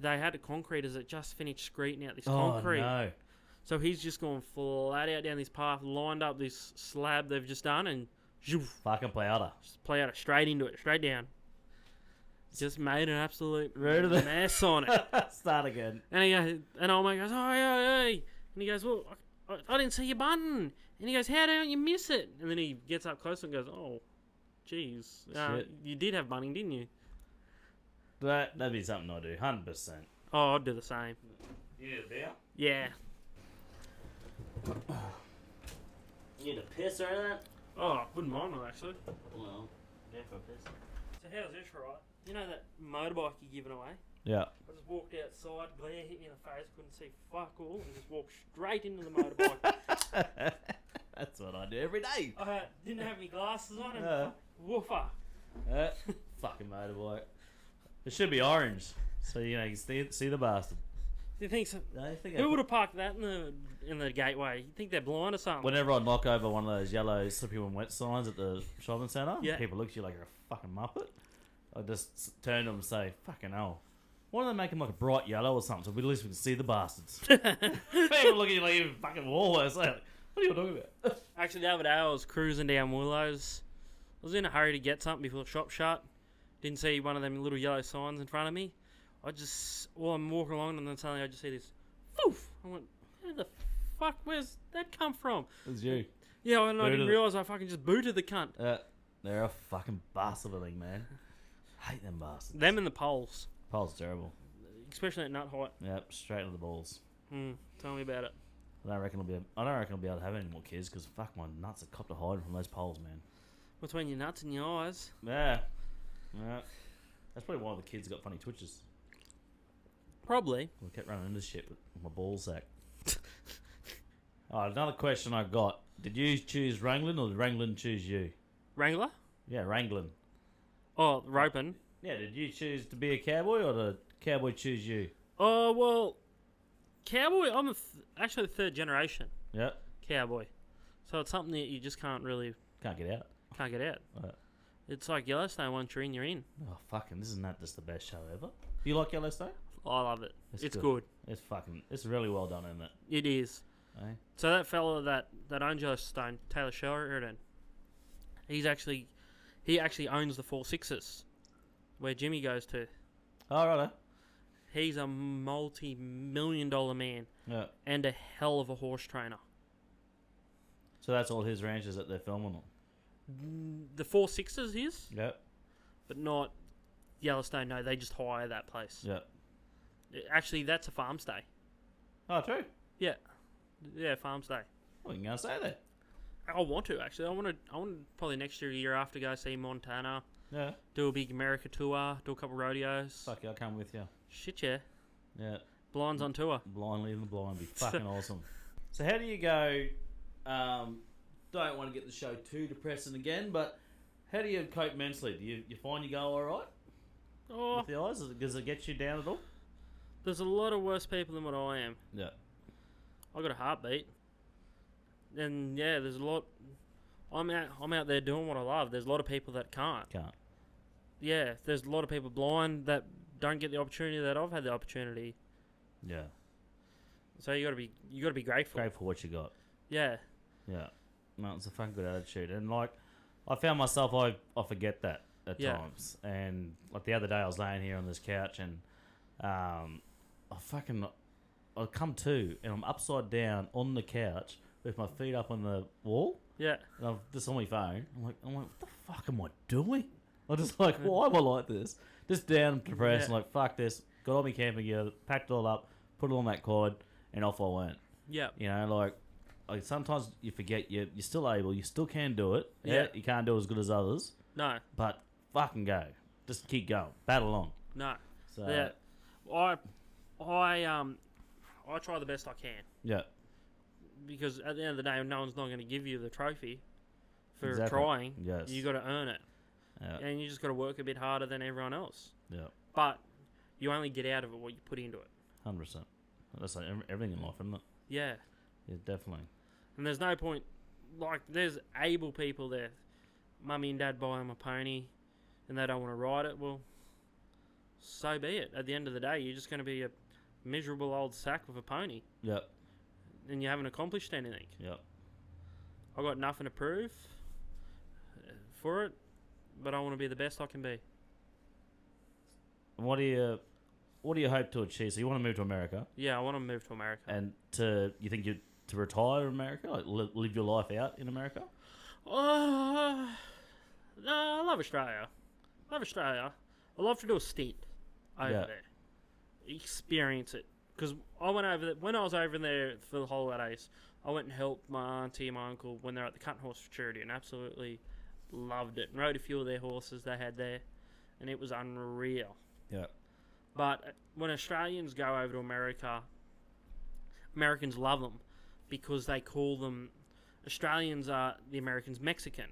They had the concreters that just finished screeting out this concrete, Oh, no. so he's just going flat out down this path, lined up this slab they've just done, and zhoof, Fucking plowder. just play out it straight into it, straight down. Just made an absolute Right of the- mess on it. Start again. And he goes, and old mate goes, oh, hey, hey, hey." And he goes, well, I, I didn't see your button. And he goes, how don't you miss it? And then he gets up close and goes, oh, jeez, uh, Shit. you did have bunting, didn't you? That, that'd be something I do, 100%. Oh, I'd do the same. You there? Yeah. You need a piss or anything? Oh, I wouldn't mind one, actually. Well, there for a piss. So how's this, right? You know that motorbike you're giving away? Yeah. I just walked outside, glare hit me in the face, couldn't see fuck all, and just walked straight into the motorbike. That's what I do every day. I uh, didn't have any glasses on, and Yeah. woofer. Uh, fucking motorbike. It should be orange, so you know you can see, see the bastard. Do you think so? I think I- Who would have parked that in the in the gateway? You think they're blind or something? Whenever I knock over one of those yellow slippy when wet signs at the shopping centre, Yeah. people look at you like you're a fucking muppet. I just s- turn to them and say, "Fucking hell." Why don't they make them like a bright yellow or something so we at least we can see the bastards? People look at you like you're fucking Woolworths. Like, what are you talking about? Actually, the other day I was cruising down Willows. I was in a hurry to get something before the shop shut. Didn't see one of them little yellow signs in front of me. I just, well, I'm walking along and then suddenly I just see this, poof! I went, where the fuck, where's that come from? It's you. Yeah, and I Booted didn't it. realise I fucking just booted the cunt. Uh, they're a fucking bastard thing, man. Hate them bastards. Them and the poles, Pole's terrible. especially at nut height. Yep, straight into the balls. Hmm, tell me about it. I don't reckon I'll be. I don't reckon I'll be able to have any more kids because fuck my nuts are copped to hiding from those poles, man. Between your nuts and your eyes. Yeah, yeah. That's probably why the kids got funny twitches. Probably. I kept running into shit with my ball sack. oh, another question I got: Did you choose Wranglin or did Wranglin choose you? Wrangler? Yeah, Wranglin. Oh, roping. Yeah, did you choose to be a cowboy or did cowboy choose you? Oh well, cowboy. I'm a th- actually the third generation Yep, cowboy, so it's something that you just can't really can't get out. can't get out. Right. It's like Yellowstone. Once you're in, you're in. Oh fucking! This is not just the best show ever. You like Yellowstone? I love it. It's it's good. good. It's fucking. It's really well done, isn't it? It is. Eh? So that fella that that owns Yellowstone, Taylor Sheridan, he's actually he actually owns the Four Sixes, where Jimmy goes to. All right. He's a multi-million dollar man Yeah. and a hell of a horse trainer. So that's all his ranches that they're filming on. The Four Sixes is, Yep. but not Yellowstone. No, they just hire that place. Yep. Actually, that's a farm stay. Oh, true. Yeah, yeah, farm stay. I wasn't gonna say that. I want to actually. I want to. I want to probably next year, year after, go see Montana, Yeah. do a big America tour, do a couple rodeos. Fuck it, I'll come with you. Shit, yeah. Yeah. Blind's on tour. Blindly in the blind be fucking awesome. So how do you go? Um, don't want to get the show too depressing again, but how do you cope mentally? Do you, you find you go all right Oh, with the eyes? Does it- Does it get you down at all? there's a lot of worse people than what I am. Yeah. I got a heartbeat, and yeah, there's a lot. I'm out. I'm out there doing what I love. There's a lot of people that can't. Can't. Yeah, there's a lot of people blind that don't get the opportunity that I've had the opportunity. Yeah. So you gotta be. You gotta be grateful. Great for what you got. Yeah. Yeah. No, it's a fucking good attitude. And like, I found myself, I, I forget that at Yeah. times. And like the other day, I was laying here on this couch and um, I fucking, I come to and I'm upside down on the couch with my feet up on the wall Yeah. and I'm just on my phone. I'm like, I'm like, what the fuck am I doing? I'm just like, why am I like this? Just down, depressed, Yeah. and like, fuck this. Got all my camping gear, packed it all up, put it on that cord, and off I went. Yeah. You know, like, like sometimes you forget you you're still able, you still can do it. Yeah, Yeah. you can't do as good as others, No. but fucking go, just keep going, battle on. No. So Yeah. I I um I try the best I can yeah, because at the end of the day no one's not going to give you the trophy for Exactly. trying. Yes. You got to earn it. Yeah. And you just got to work a bit harder than everyone else. yeah, But you only get out of it what you put into it. hundred percent. That's like ev- everything in life, isn't it? Yeah. Yeah, definitely. And there's no point, like, there's able people there. Mummy and dad buy them a pony and they don't want to ride it. Well, so be it. At the end of the day, you're just going to be a miserable old sack with a pony Yep. and you haven't accomplished anything. Yep. I got nothing to prove uh, for it, but I want to be the best I can be. And what do you what do you hope to achieve? So you want to move to America Yeah, I want to move to America. and to you think you to retire in America, like li- live your life out in America? Uh, no, I love Australia. I love Australia. I love to do a stint over Yeah. there, experience it. Because I went over there, when I was over there for the holidays, I went and helped my auntie and my uncle when they're at the Cutting Horse Futurity and absolutely loved it. And rode a few of their horses they had there, and it was unreal. Yeah. But when Australians go over to America, Americans love them because they call them Australians are the Americans Mexican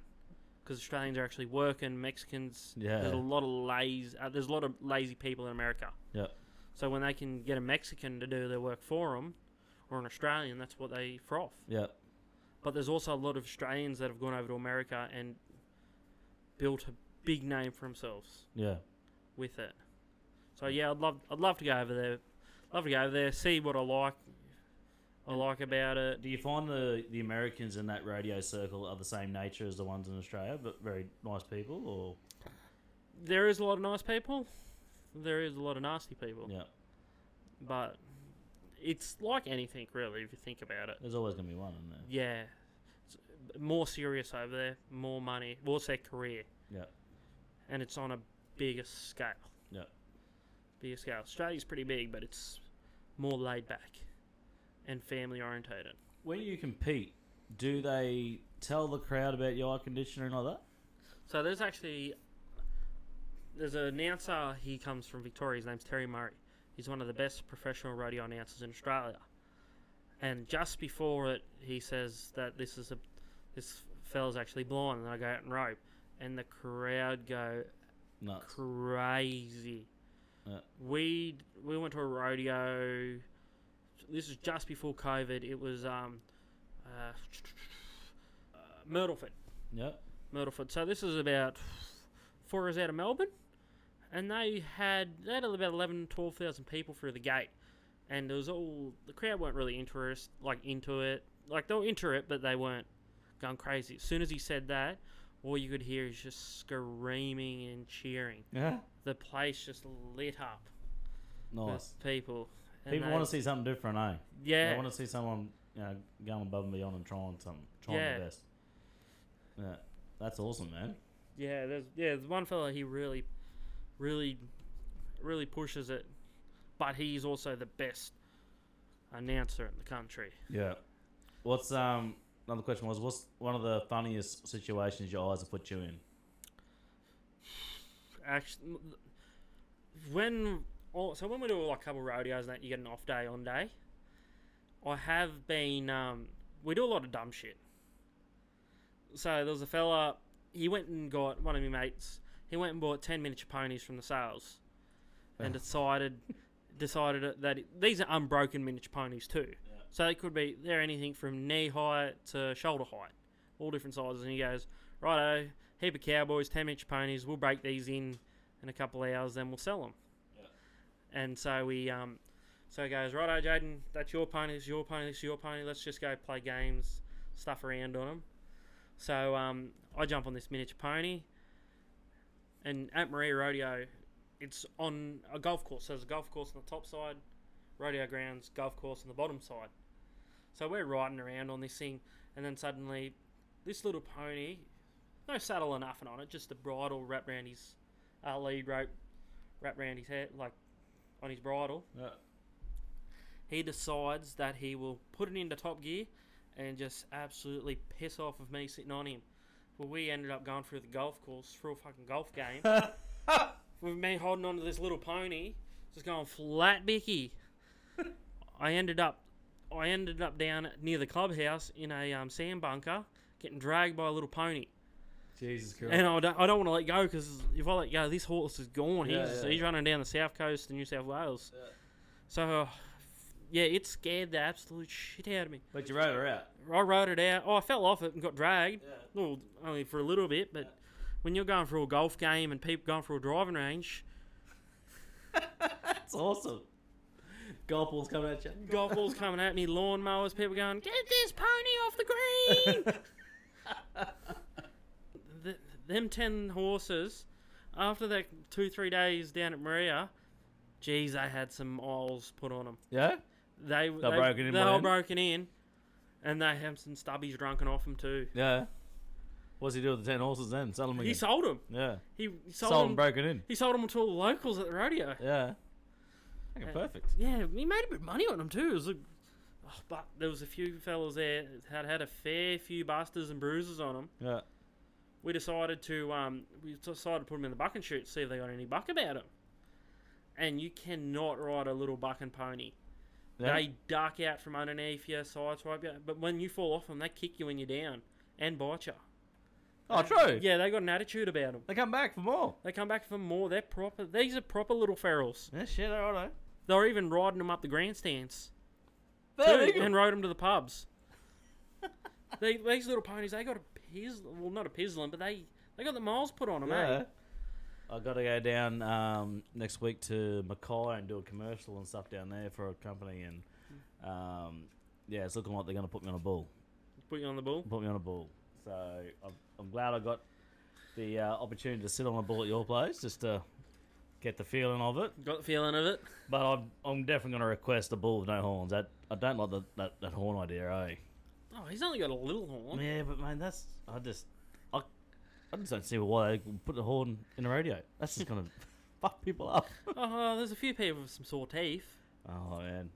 because Australians are actually working. Mexicans, there's a Yeah. lot of lazy, uh, there's a lot of lazy people in America. Yeah. So when they can get a Mexican to do their work for them, or an Australian, that's what they froth. Yeah. But there's also a lot of Australians that have gone over to America and built a big name for themselves Yeah. with it. So yeah, I'd love I'd love to go over there. Love to go over there, see what I like I like about it. Do you find the, the Americans in that radio circle are the same nature as the ones in Australia, but very nice people or There is a lot of nice people. There is a lot of nasty people. yeah. But it's like anything really if you think about it. There's always gonna be one in there. Yeah. It's more serious over there, more money, what's their career? Yeah. And it's on a bigger scale. Yeah. Bigger scale. Australia's pretty big, but it's more laid back and family orientated. When you compete, do they tell the crowd about your eye conditioner and all that? So there's actually there's an announcer. He comes from Victoria. His name's Terry Murray. He's one of the best professional radio announcers in Australia. And just before it, he says that this is a this fella's actually blind, and I go out and rope, and the crowd go No. crazy. Yeah. We we went to a rodeo. This is just before COVID. It was um, uh, uh, Myrtleford. Yeah. Myrtleford. So this is about four hours out of Melbourne, and they had they had about 11, 12,000 people through the gate, and it was all the crowd weren't really interest like into it, like they were into it, but they weren't going crazy. As soon as he said that, all you could hear is just screaming and cheering. Yeah. The place just lit up Nice. with people. and People they- want to see something different, eh? Yeah. They want to see someone you know, going above and beyond and trying something, trying Yeah. their best. Yeah, that's awesome, man. Yeah, there's yeah, there's one fella he really, really, really pushes it, but he's also the best announcer in the country. Yeah. What's um another question was what's one of the funniest situations your eyes have put you in? Actually, when oh, so when we do like a couple rodeos and that, you get an off day on day. I have been um, we do a lot of dumb shit. So there was a fella he went and got one of my mates. He went and bought ten miniature ponies from the sales, and decided decided that it, these are unbroken miniature ponies too. So they could be they're anything from knee height to shoulder height, all different sizes. And he goes, righto, heap of cowboys, ten inch ponies. We'll break these in in a couple of hours, then we'll sell them. And so we, um, so he goes, righto, Jaden, that's your pony, this is your pony, this is your pony. Let's just go play games, stuff around on them. So um, I jump on this miniature pony, and at Maria Rodeo, it's on a golf course. So there's a golf course on the top side, rodeo grounds, golf course on the bottom side. So we're riding around on this thing, and then suddenly, this little pony, no saddle or nothing on it, just a bridle wrapped around his uh, lead rope, wrapped around his head, like on his bridle. Yeah. He decides that he will put it into top gear and just absolutely piss off of me sitting on him. Well, we ended up going through the golf course, through a fucking golf game, with me holding onto this little pony, just going flat bicky. I ended up, I ended up down near the clubhouse in a um, sand bunker, getting dragged by a little pony. Jesus Christ. And I don't, I don't want to let go because if I let go, this horse is gone. Yeah, he's yeah, he's yeah. running down the south coast of New South Wales. So uh, yeah, it scared the absolute shit out of me. But you wrote her out. I rode it out. Oh, I fell off it and got dragged. Well, only for a little bit, but when you're going for a golf game and people going for a driving range, That's awesome. Golf balls coming at you. golf balls coming at me, lawnmowers, people going, get this pony off the green. Th them 10 horses, after that two, three days down at Maria, geez, they had some aisles put on them. Yeah. They, they, They're broken in They by were then? broken in, and they have some stubbies drunken off them too. Yeah. What's he do with the ten horses then? Sell them again. He sold them. yeah. He he sold, Sold, them them. broken in. he sold them to all the locals at the rodeo. Yeah. Okay, perfect. Yeah, he made a bit of money on them too. It was a, oh, but there was a few fellas there that had had a fair few busters and bruises on them. Yeah. We decided to um, we decided to put them in the buck and shoot, see if they got any buck about them. And you cannot ride a little buck and pony. Yeah. They duck out from underneath you, sideswipe you, but when you fall off them, they kick you when you're down and bite you. oh, true. Yeah, they got an attitude about them. They come back for more. They come back for more. They're proper. These are proper little ferals. Yeah, shit, I know. They were even riding them up the grandstands Fair too, dinkum. and rode them to the pubs. they, these little ponies, they got a piz, well, not a pizzling, but they they got the miles put on them. Yeah. Eh? I got to go down um, next week to Mackay and do a commercial and stuff down there for a company, and um, yeah, it's looking like they're going to put me on a bull. Put you on the bull. Put me on a bull. So I'm, I'm glad I got the uh, opportunity to sit on a bull at your place just to get the feeling of it. Got the feeling of it. But I'm, I'm definitely going to request a bull with no horns. That I don't like the, that that horn idea, eh? Oh, he's only got a little horn. Yeah, but man, that's I just I, I just don't see why they put the horn in the radio. That's just gonna fuck people up. Oh, there's a few people with some sore teeth. Oh man,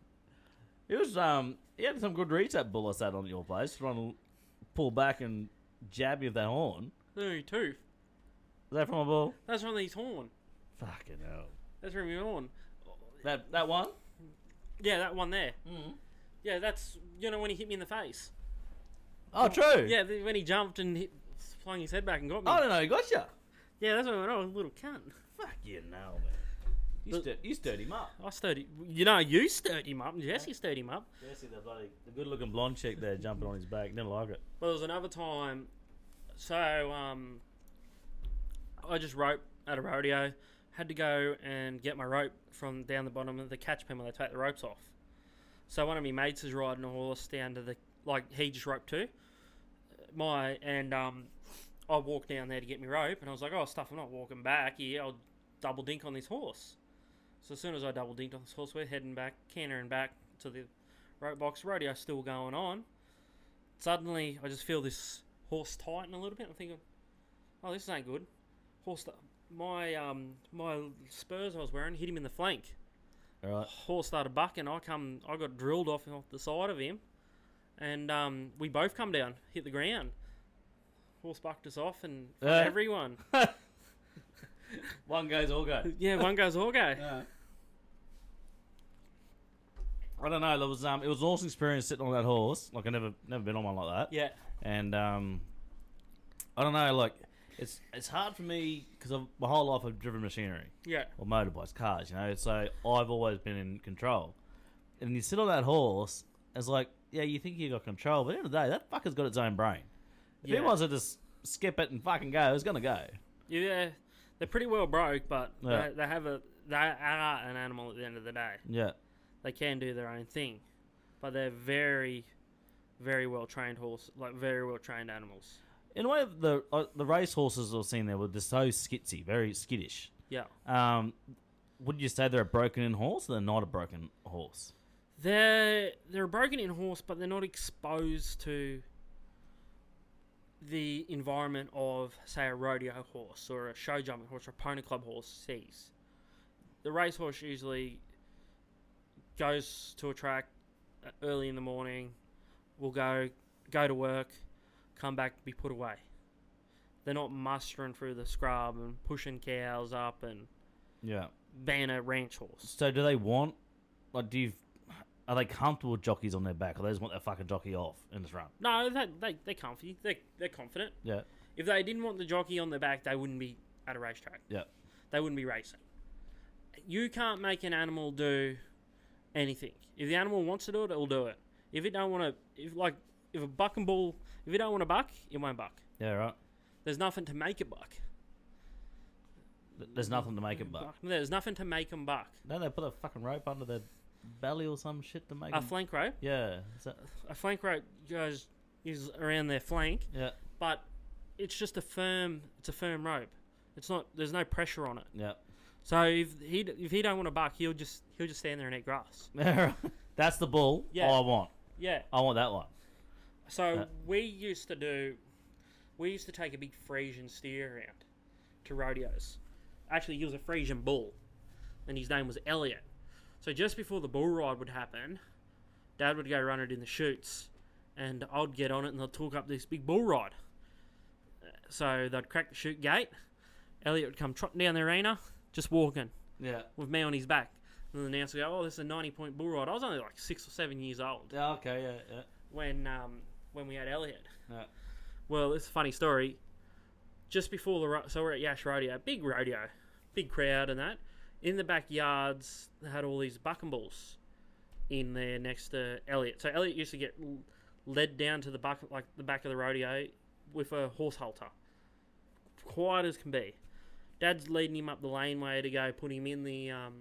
it was um he had some good reach that bull I sat on at your place trying to pull back and jab you with that horn. No tooth. Was that from a bull? That's from his horn. Fucking hell. That's from his horn. That that one? Yeah, that one there. Mm-hmm. Mm. Yeah, that's you know when he hit me in the face. Oh, true. Yeah, the, when he jumped and hit, flung his head back and got me. I don't know. You gotcha. Yeah, that's when I went, oh, little cunt. Fuck you now, man. You, stir, you stirred him up. I stirred him. You know, you stirred him up. and Jesse stirred him up. Yeah, see the bloody, the good-looking blonde chick there jumping on his back. Didn't like it. But there was another time. So, um, I just rope at a rodeo. Had to go and get my rope from down the bottom of the catch pen where they take the ropes off. So one of my mates is riding a horse down to the like he just roped too. My and um, I walked down there to get my rope, and I was like, "Oh, stuff! I'm not walking back. Yeah, I'll double dink on this horse." So as soon as I double dinked on this horse, we're heading back, cantering back to the rope box. Rodeo's still going on. Suddenly, I just feel this horse tighten a little bit. I'm thinking, "Oh, this ain't good." Horse, my um, my spurs I was wearing hit him in the flank All right. horse started bucking. I come, I got drilled off off the side of him, and um, we both come down, hit the ground. Horse bucked us off, and Uh. everyone, One goes, all go. yeah, one goes all go. I don't know. It was um, it was an awesome experience sitting on that horse. Like I never never been on one like that. Yeah, And um, I don't know. Like it's it's hard for me because my whole life I've driven machinery yeah, or motorbikes, cars. You know, so I've always been in control. And you sit on that horse, it's like yeah, you think you got control, but at the end of the day, that fucker's got its own brain. If Yeah. he wants to just skip it and fucking go, it's gonna go. yeah. They're pretty well broke, but Yeah. they, they have a they are an animal at the end of the day. Yeah. They can do their own thing, but they're very, very well trained horse, like very well trained animals. In a way, the uh, the race horses I've seen there were just so skitsy, very skittish. Yeah, Um, would you say they're a broken in horse or they're not a broken horse? They're they're a broken in horse, but they're not exposed to the environment of say a rodeo horse or a show jumping horse or a pony club horse sees. The racehorse usually goes to a track uh, early in the morning, will go go to work, come back, be put away. They're not mustering through the scrub and pushing cows up and Yeah. being a ranch horse. So do they want, like, do you, are they comfortable with jockeys on their back or they just want their fucking jockey off in this run? No, they they they're comfy. They they're confident. Yeah. If they didn't want the jockey on their back, they wouldn't be at a racetrack. Yeah. They wouldn't be racing. You can't make an animal do anything. If the animal wants to do it, it'll do it. If it don't want to, if like if a buck and bull, if it don't want to buck, it won't buck. Yeah, right. There's nothing to make it buck. Th- There's nothing to make it buck. There's nothing to make them buck. No, they put a fucking rope under their belly or some shit to make A 'em- flank rope, Yeah. Is that, a flank rope goes is around their flank, yeah. but it's just a firm. It's a firm rope. It's not. There's no pressure on it. Yeah. So if he if he don't want to buck, he'll just he'll just stand there and eat grass. That's the bull Oh, Yeah. I want. Yeah. I want that one. So Uh, we used to do, we used to take a big Frisian steer around to rodeos. Actually, he was a Frisian bull, and his name was Elliot. So just before the bull ride would happen, Dad would go run it in the chutes, and I'd get on it and they'd talk up this big bull ride. So they'd crack the chute gate. Elliot would come trotting down the arena, just walking Yeah. with me on his back. And the announcer would go, "Oh, this is a ninety-point bull ride." I was only like six or seven years old Yeah. Okay. Yeah. when um, when we had Elliot. Yeah. yeah. Well, it's a funny story. Just before the ro- so we're at Yash Rodeo, big rodeo, big crowd and that. In the backyards, they had all these buck and bulls in there next to Elliot. So Elliot used to get l- led down to the back, like the back of the rodeo, with a horse halter, quiet as can be. Dad's leading him up the laneway to go put him in the um,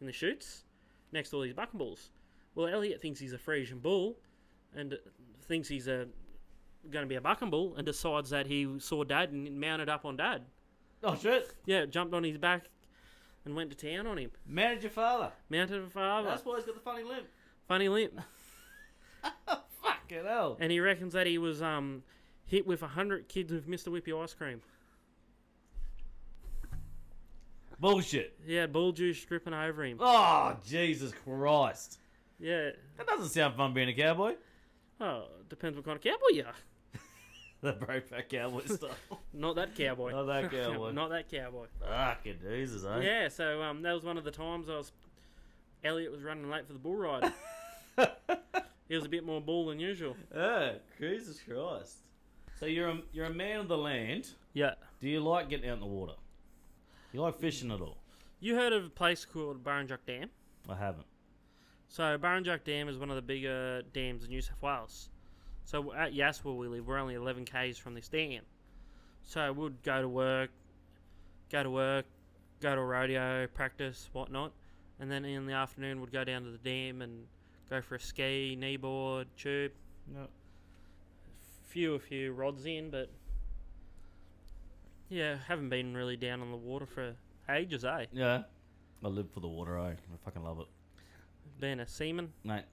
in the chutes next to all these buck and bulls. Well, Elliot thinks he's a Frisian bull, and thinks he's a going to be a buck and bull, and decides that he saw dad and mounted up on dad. Oh shit! Yeah, jumped on his back and went to town on him. Married your father. Mounted a father. That's why he's got the funny limp. Oh, Funny limp. Fucking hell. And he reckons that he was um, hit with 100 kids with Mr. Whippy ice cream. Bullshit. Yeah, bull juice dripping over him. Oh Jesus Christ! Yeah. That doesn't sound fun being a cowboy. Oh, depends what kind of cowboy you are. The Brokeback Cowboy stuff. Not that cowboy. Not that cowboy. Not that cowboy. Fucking Jesus, eh? Yeah, so um, that was one of the times I was. Elliot was running late for the bull ride. he was a bit more bull than usual. Yeah, Jesus Christ. So you're a, you're a man of the land. Yeah. Do you like getting out in the water? You like fishing at all? You heard of a place called Barranjock Dam? I haven't. So Barranjock Dam is one of the bigger dams in New South Wales. So at Yass where we live, we're only 11 k's from this dam. So we'd go to work, go to work, go to a rodeo, practice, whatnot, and then in the afternoon we'd go down to the dam and go for a ski, kneeboard, tube, No. few a few rods in, but yeah, haven't been really down on the water for ages, eh? Yeah. I live for the water, eh? I fucking love it. Being a seaman. Mate.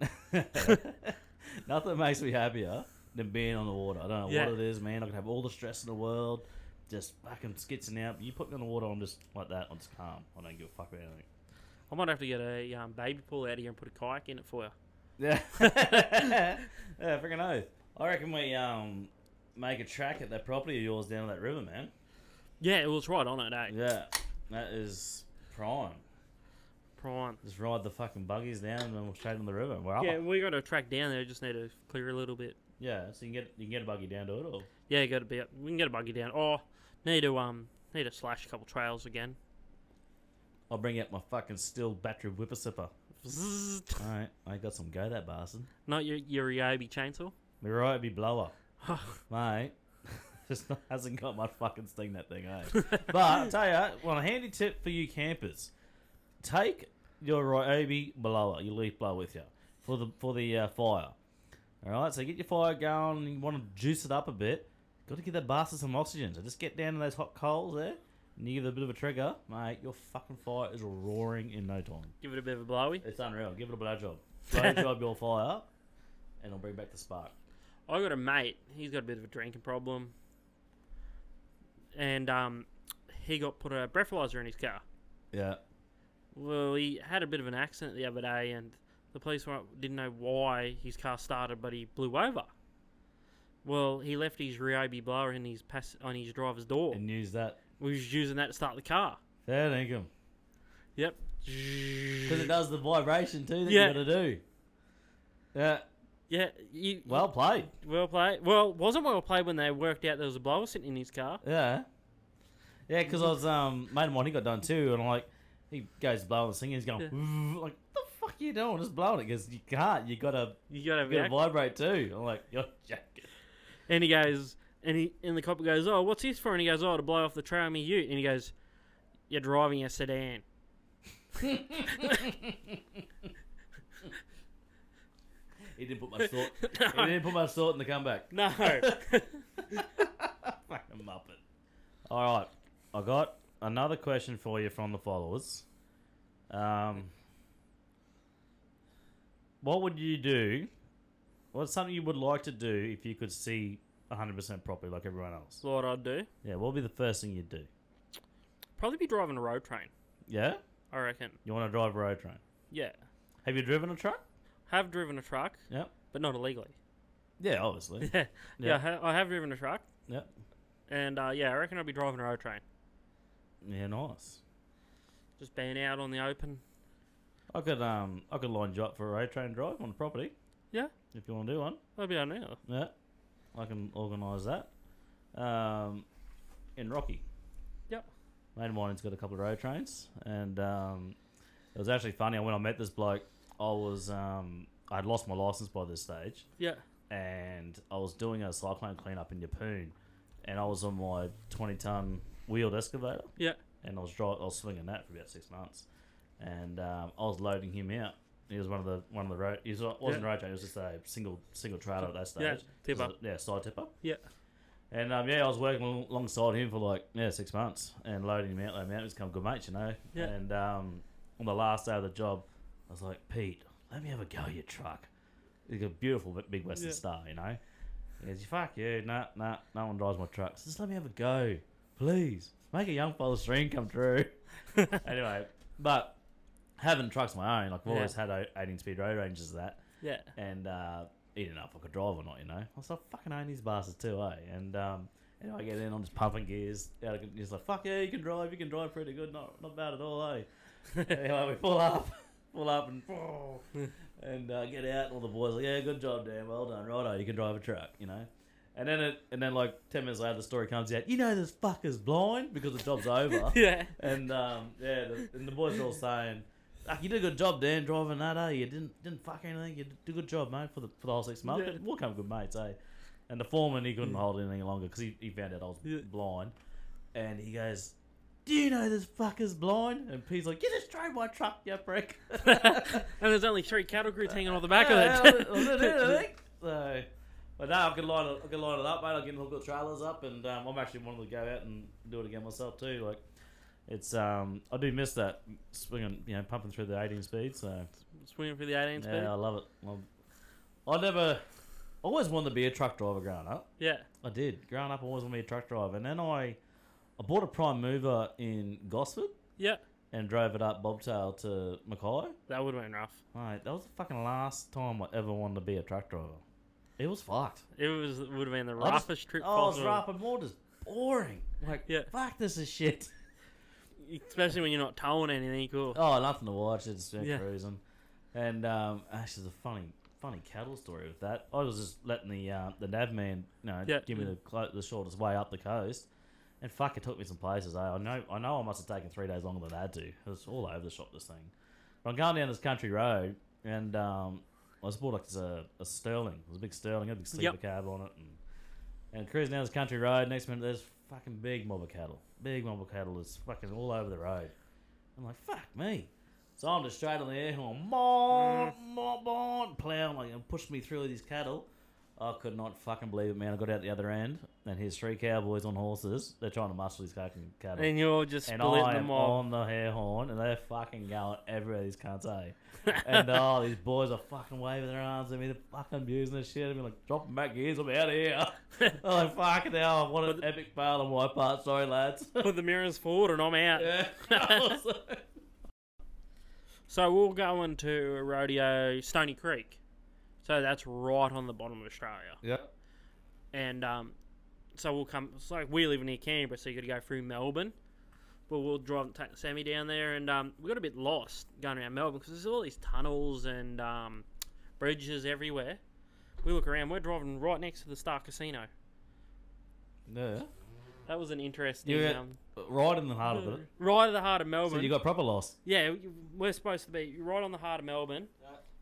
Nothing makes me happier than being on the water. I don't know Yeah. what it is, man. I can have all the stress in the world, just fucking skitzing out. You put me on the water, I'm just like that. I'm just calm. I don't give a fuck about anything. I might have to get a um, baby pool out here and put a kayak in it for you. Yeah. yeah, freaking oath. I reckon we um make a track at that property of yours down that river, man. Yeah, it was right on it, eh? Yeah. That is prime. Prime. Just ride the fucking buggies down and then we'll straight on the river. Wow. Yeah, we got a track down there. Just need to clear a little bit. Yeah, so you can get you can get a buggy down to it or Yeah, got to be. We can get a buggy down. Oh, need to um, need to slash a couple trails again. I'll bring out my fucking steel battery whippersipper. Zzzzt. Alright, I got some go that bastard. Not your your Ryobi chainsaw. My right be blower. Mate. Just not- hasn't got much fucking sting that thing, eh? but I'll tell you, well, a handy tip for you campers: take your Ryobi blower, your leaf blower, with you for the for the uh, fire. All right, so get your fire going. You want to juice it up a bit. Got to give that bastard some oxygen. So just get down to those hot coals there, and you give it a bit of a trigger, mate. Your fucking fire is roaring in no time. Give it a bit of a blowy. It's unreal. Give it a blowjob. Blowjob your fire, and it'll bring back the spark. I got a mate. He's got a bit of a drinking problem, and um, he got put a breathalyzer in his car. Yeah. Well, he had a bit of an accident the other day, and the police weren't- didn't know why his car started, but he blew over. Well, he left his Ryobi blower in his pass- on his driver's door. And use that. we was using that to start the car. Fair dinkum. Yep. Because it does the vibration too that Yeah. you got to do. Yeah. Yeah. You, Well played. well played. Well, it wasn't well played when they worked out there was a blower sitting in his car. Yeah. Yeah, because I was um mate of mine he got done too, and I'm like he goes blowing singing, he's going Yeah. "Vroom," like the fuck fuck you doing? Just blowing it because you can't. You gotta, You gotta you gotta have vibrate too. I'm like, you're joking. And he goes, and he and the cop goes, "Oh, what's this for?" And he goes, "Oh, to blow off the trail in my Ute." And he goes, "You're driving a sedan." He didn't put much thought. He didn't put much thought in the comeback. No, Fucking muppet. All right, I got another question for you from the followers. Um, what would you do? What's something you would like to do if you could see 100% properly like everyone else? that's what I'd do. Yeah, what would be the first thing you'd do? Probably be driving a road train. Yeah? I reckon. You want to drive a road train? Yeah, Have you driven a truck? have driven a truck, Yep. but not illegally. Yeah, obviously. yeah, Yeah. I, ha- I have driven a truck, yep. and uh, yeah, I reckon I'll be driving a road train. Yeah, nice. Just being out on the open. I could um I could line you up for a road train drive on the property Yeah, if you want to do one. that'd be ideal. Yeah, I can organise that. Um, in Rocky, Yep. mate of mine's got a couple of road trains, and um, it was actually funny. When I met this bloke, I was um, I'd lost my license by this stage, Yeah. and I was doing a cyclone cleanup in Yapoon, and I was on my twenty ton wheeled excavator, Yeah. and I was dri- I was swinging that for about six months, and um, I was loading him out. He was one of the one of the road. He was, wasn't Yeah. road train. He was just a single single trailer at that stage. Yeah, Just tipper. a- yeah, side tipper. Yeah. And um, yeah, I was working al- alongside him for like yeah six months and loading him out, loading him out. He's become good mates, you know. Yeah. And um, on the last day of the job, I was like, Pete, let me have a go at your truck. He's got a beautiful bi- big Western Yeah. Star, you know. He goes, fuck you, nah, nah, no one drives my trucks. Just let me have a go, please. Make a young fella's dream come true. anyway, but having trucks of my own, like I've Yeah. always had o- 18 speed road rangers and that Yeah. and uh, he didn't know if I could drive or not, you know. I was like, fucking own these bastards too, eh? And um, anyway, I get in, I'm just pumping gears. Out of, he's like, fuck yeah, you can drive, you can drive pretty good, not not bad at all, eh? anyway, we pull up, pull up and and uh, get out, and all the boys are like, yeah, good job, Dan, well done, righto, you can drive a truck, you know. And then it, and then like ten minutes later, the story comes out. You know this fucker's blind because the job's over. Yeah. And um, yeah, the, and the boys are all saying, "Ah, "You did a good job, Dan, driving that. Eh? You didn't didn't fuck anything. You did a good job, mate, for the for the whole six months. Yeah. We'll come good mates, eh?" And the foreman he couldn't hold it any longer because he, he found out I was Yeah. blind, and he goes, "Do you know this fucker's blind?" And P's like, "You just drove my truck, you prick." and there's only three cattle grids hanging on the back Uh, Yeah, of it. I was- I was in it, I think. So, but now I can line it, I can line it up, mate. I can hook the trailers up, and um, I'm actually wanting to go out and do it again myself too. Like, it's um, I do miss that swinging, you know, pumping through the 18 speed. So Swinging for the 18 speed. yeah, I love it. I'm- I never, I always wanted to be a truck driver growing up. Yeah. I did growing up. I always wanted to be a truck driver, and then I, I bought a prime mover in Gosford Yeah. and drove it up bobtail to Mackay. That would have been rough. Mate, that was the fucking last time I ever wanted to be a truck driver. It was fucked. It was would have been the I just- roughest trip Oh, it's possible. rough and more just boring. Like, Yeah. fuck, this is shit. Especially when you're not towing anything cool. Oh, nothing to watch. It's just Yeah. cruising. And um, actually, there's a funny, funny cattle story with that. I was just letting the uh, the nav man, you know, Yeah. give me the clo- the shortest way up the coast. And fuck, it took me some places. Eh? I know, I know, I must have taken three days longer than I had to. It was all over the shop. This thing. But I'm going down this country road, and um, I was bought like this, uh, a Sterling. It was a big Sterling, had a big sleeper Yep. cab on it, and and cruising down this country road. Next minute, there's fucking big mob of cattle. Big mob of cattle is fucking all over the road. I'm like, fuck me. So I'm just straight on the air horn, Mm. bon, bon, bon, plowing like and pushed me through these cattle. I could not fucking believe it, man. I got out the other end, and here's three cowboys on horses. They're trying to muscle these fucking cattle. And you're just Oh. And splitting I them am off. on the hair horn, and they're fucking going everywhere. These cunts, eh? and oh, these boys are fucking waving their arms at me. They're fucking abusing this shit. I've been like, dropping back gears. I'm out of here. I'm like, fucking hell. What an epic fail on my part. Sorry, lads. Put the mirrors forward and I'm out. yeah. I was like- So we'll go into a rodeo Stony Creek. So that's right on the bottom of Australia. Yep. And um, so we'll come. It's like we live near Canberra, so you got to go through Melbourne. But we'll drive take Sammy down there, and um, we got a bit lost going around Melbourne because there's all these tunnels and um, bridges everywhere. We look around. We're driving right next to the Star Casino. Yeah. That was an interesting. You're um, right in the heart of it. right at the heart of Melbourne. So you got proper loss. Yeah, you- we're supposed to be you're right on the heart of Melbourne.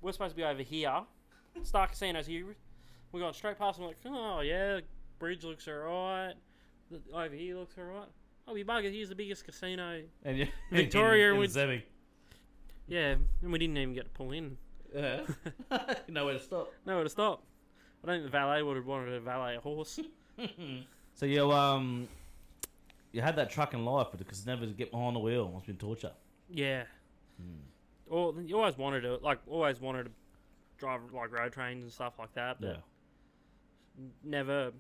We're supposed to be over here. Star Casino's here. We got straight past and we're like, oh yeah, bridge looks alright. Over here looks alright. Oh, you bugger, here's the biggest casino. And you Victoria in, in would- Zebbing. Yeah, and we didn't even get to pull in. Yeah. Nowhere to stop. Nowhere to stop. I don't think the valet would have wanted to valet a horse. So you um, you had that truck in life, but because never to get behind the wheel, it's been torture. Yeah. Hmm. Or you always wanted to like always wanted to drive like road trains and stuff like that, but Yeah. never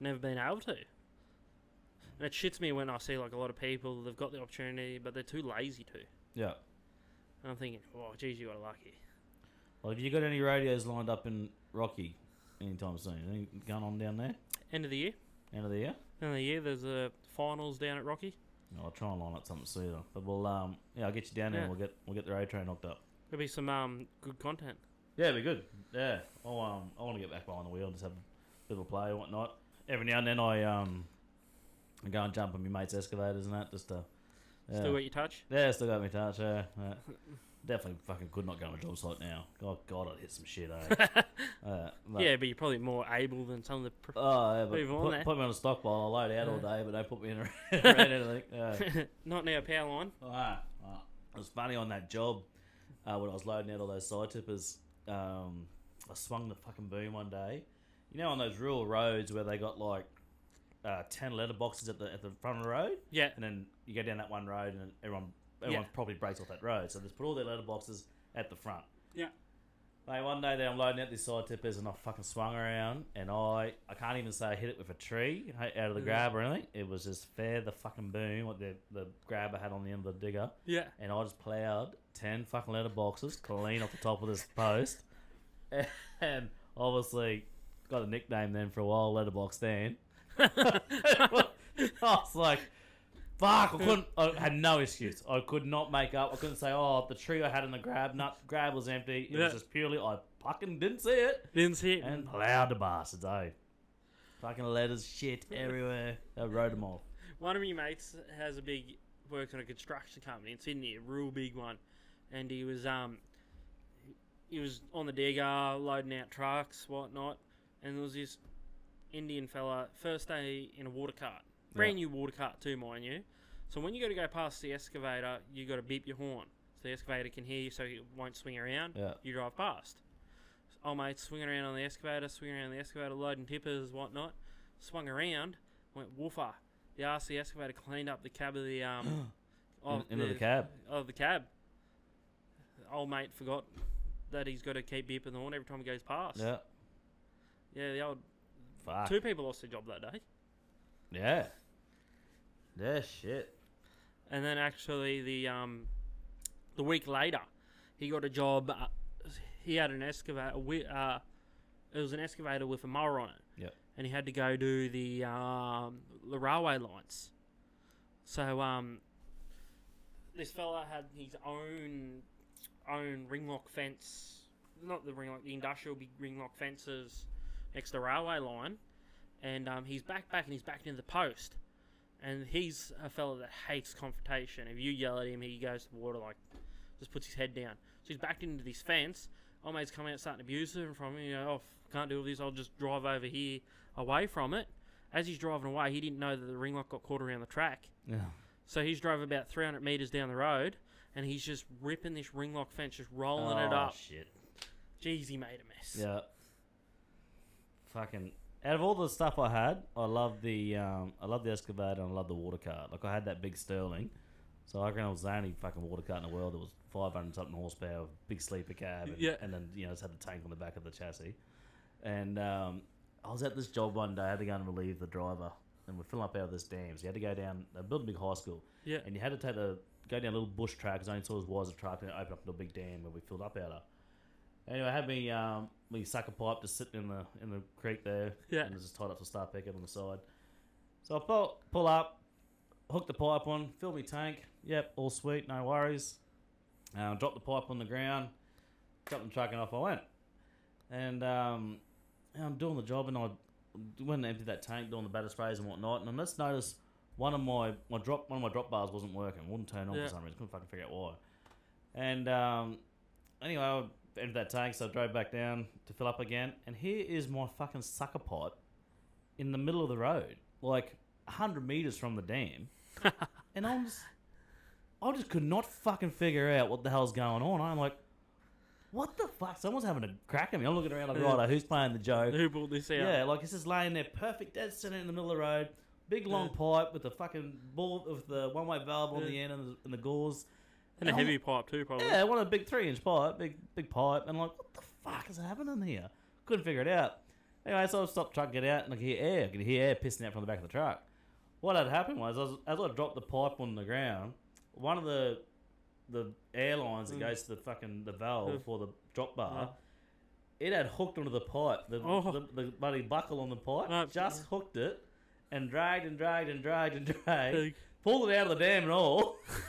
never been able to. And it shits me when I see like a lot of people they've got the opportunity but they're too lazy to. Yeah. And I'm thinking, oh, geez, you got lucky. Well, have you got any radios lined up in Rocky anytime soon? Anything going on down there? End of the year, End of the year? end of the year, there's the finals down at Rocky. No, I'll try and line up something sooner. But we'll um, yeah, I'll get you down there. Yeah. and We'll get we'll get the road train knocked up. There'll be some um good content. Yeah, it'd be good. Yeah, I'll, um, I want to get back behind the wheel and just have a bit of a play and whatnot. Every now and then I um, I go and jump on my mates' excavators and that just to. Yeah. Still got your touch. Yeah, still got me touch. Yeah, yeah. definitely fucking could not go on a job site now. Oh god, I'd hit some shit. Eh? uh, but- yeah, but you're probably more able than some of the. Pro- Oh, yeah, but Move on, put, eh? put me on a stockpile. I'll load out all Yeah. day, but don't put me in around anything. Yeah. Not near a power line. Ah, ah. It was funny on that job uh, when I was loading out all those side tippers. Um, I swung the fucking boom one day. You know, on those rural roads where they got like uh, ten letter boxes at the at the front of the road, Yeah, and then you go down that one road, and everyone everyone Yeah. probably breaks off that road. So they just put all their letter boxes at the front. yeah. Mate, one day there I'm loading out these side tippers and I fucking swung around and I I can't even say I hit it with a tree h- out of the grab or anything. It was just fair the fucking boom what the the grabber had on the end of the digger. Yeah. And I just plowed ten fucking letter boxes clean off the top of this post. And obviously got a nickname then for a while, letterbox Dan. I was like Fuck! I couldn't. I had no excuse. I could not make up. I couldn't say, "Oh, the tree I had in the grab, nut grab was empty." It Yeah. was just purely I fucking didn't see it Didn't see it. and plowed the bastards. Oh, fucking letters, shit everywhere. I rode them all. One of my mates has a big works on a construction company in Sydney, a real big one, and he was um he was on the digger loading out trucks, whatnot, and there was this Indian fella first day in a water cart, brand new water cart too, mind you. So when you got to go past the excavator, you got to beep your horn so the excavator can hear you, so it won't swing around. Yeah. You drive past. Oh mate, swinging around on the excavator, swinging around the excavator, loading tippers, whatnot. Swung around, went woofer. The RC excavator cleaned up the cab of the um In, into the cab. of the cab. Old mate forgot that he's got to keep beeping the horn every time he goes past. Yeah. Ah. Yeah, the old Fuck. two people lost their job that day, Yeah. Yeah. Shit. and then actually the um the week later, he got a job. Uh, he had an excavator. wi- Uh, it was an excavator with a mower on it. Yep. and he had to go do the um, the railway lines. So um, this fella had his own own ring lock fence, not the ring lock, the industrial big ring lock fences next to the railway line, and um, he's back back and he's backed into the post. And he's a fella that hates confrontation. If you yell at him, he goes to the water like, just puts his head down. So he's backed into this fence. Old mate's come out starting to abuse him from him. You know, oh, f- can't do all this. I'll just drive over here away from it. As he's driving away, he didn't know that the ring lock got caught around the track. Yeah. So he's drove about 300 meters down the road, and he's just ripping this ring lock fence, just rolling it Oh, up. Shit. Jeez, he made a mess. Yeah. Fucking out of all the stuff I had, I love the um, I love the excavator and I love the water cart. Like I had that big Sterling, so I reckon it was the only fucking water cart in the world that was five hundred something horsepower, big sleeper cab, and, Yeah. and then you know just had the tank on the back of the chassis. And um, I was at this job one day. I had to go and relieve the driver, and we're filling up out of this dam. So you had to go down. They built a big high school, Yeah. and you had to take the go down a little bush track. 'cause I only saw as wide as a track, and it opened up into a big dam where we filled up out of. Anyway, I had me um me sucker pipe just sitting in the in the creek there. Yeah. And it was just tied up to a star picket on the side. So I pull pull up, hook the pipe on, fill me tank. Yep, all sweet, no worries. Um, drop the pipe on the ground, got the truck and off I went. And um, and I'm doing the job and I went and emptied that tank doing the batter sprays and whatnot, and I just noticed one of my, my drop one of my drop bars wasn't working. It wouldn't turn on Yeah. for some reason. Couldn't fucking figure out why. And um, anyway, I emptied that tank, so I drove back down to fill up again. And here is my fucking sucker pipe in the middle of the road, like hundred meters from the dam. and I'm just, I just could not fucking figure out what the hell's going on. I'm like, what the fuck? Someone's having a crack at me. I'm looking around like, Yeah. right, who's playing the joke? Who pulled this out? Yeah, like it's just laying there, perfect dead center in the middle of the road. Big long pipe with the fucking ball with the one way valve on Yeah. the end and the, and the gauze. And a I'm- heavy pipe too, probably. Yeah, one of the big three inch pipe, big big pipe, and I'm like, what the fuck is happening here? Couldn't figure it out. Anyway, so I stopped trying to get out and I could hear air. I could hear air pissing out from the back of the truck. What had happened was, as, as I dropped the pipe on the ground, one of the the airlines that Mm. goes to the fucking the valve Mm. for the drop bar, it had hooked onto the pipe. The, Oh. the, the bloody buckle on the pipe Oh, just yeah. hooked it and dragged and dragged and dragged and dragged Big. pulled it out of the dam and all,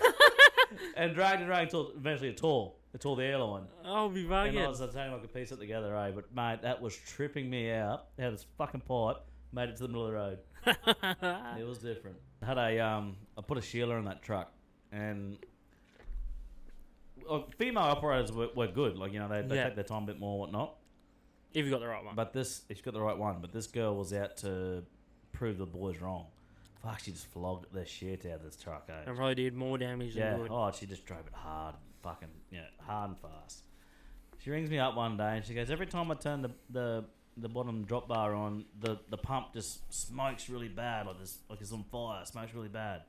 and dragged and dragged until eventually it tore. It tore the airline. I'll be and I bugging. was like, saying I could piece it together, eh? But mate, that was tripping me out. Had this fucking pipe, made it to the middle of the road. It was different. I had a um, I put a Sheila in that truck, and uh, female operators were, were good. Like you know, they, they Yeah. take their time a bit more, and whatnot. if you got the right one. But this, she got the right one. But this girl was out to prove the boys wrong. Fuck, she just flogged the shit out of this truck, eh? and probably did more damage Yeah. than good. Oh, she just drove it hard, fucking yeah, hard and fast. She rings me up one day and she goes, every time I turn the the, the bottom drop bar on, the, the pump just smokes really bad, like this, like it's on fire, smokes really bad.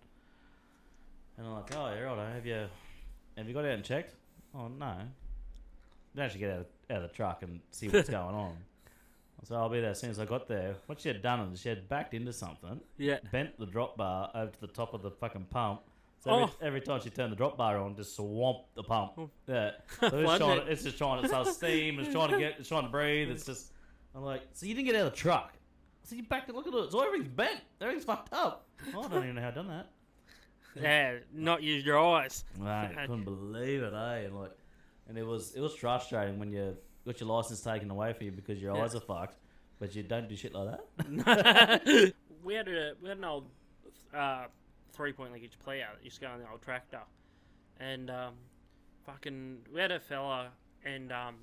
And I'm like, oh, yeah, right, have you have you got out and checked? Oh no. Didn't actually get out of, out of the truck and see what's going on. So I'll be there as soon as I got there. What she had done is she had backed into something Yeah. bent the drop bar over to the top of the fucking pump. So every, Oh. every time she turned the drop bar on, just swamped the pump. Oh. Yeah. So it's, Flooded trying, it. it's just trying to sell steam. It's trying to get. It's trying to breathe. It's just. I'm like, so you didn't get out of the truck. So you backed it. Look at it. So everything's bent. Everything's fucked up. Oh, I don't even know how I done that. Yeah, not use your eyes. Right, I couldn't believe it, eh? And like, and it was it was frustrating when you got your license taken away from you because your Yeah. eyes are fucked, but you don't do shit like that. we had a we had an old uh, three point linkage player that used to go on the old tractor, and um, fucking we had a fella and um,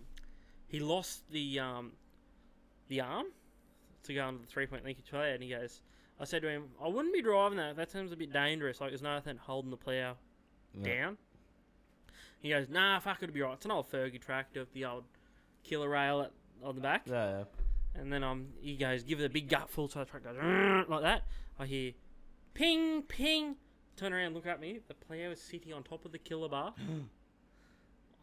he lost the um, the arm to go on the three point linkage player, and he goes. I said to him, I wouldn't be driving that. That seems a bit dangerous. Like, there's nothing holding the player Yeah. down. He goes, nah, fuck, it'll be right. It's an old Fergie tractor, with the old killer rail at, on the back. Yeah, yeah. And then um, he goes, give it a big gut full, so the truck goes "Rrrr," like that. I hear ping, ping. Turn around, look at me. The player is sitting on top of the killer bar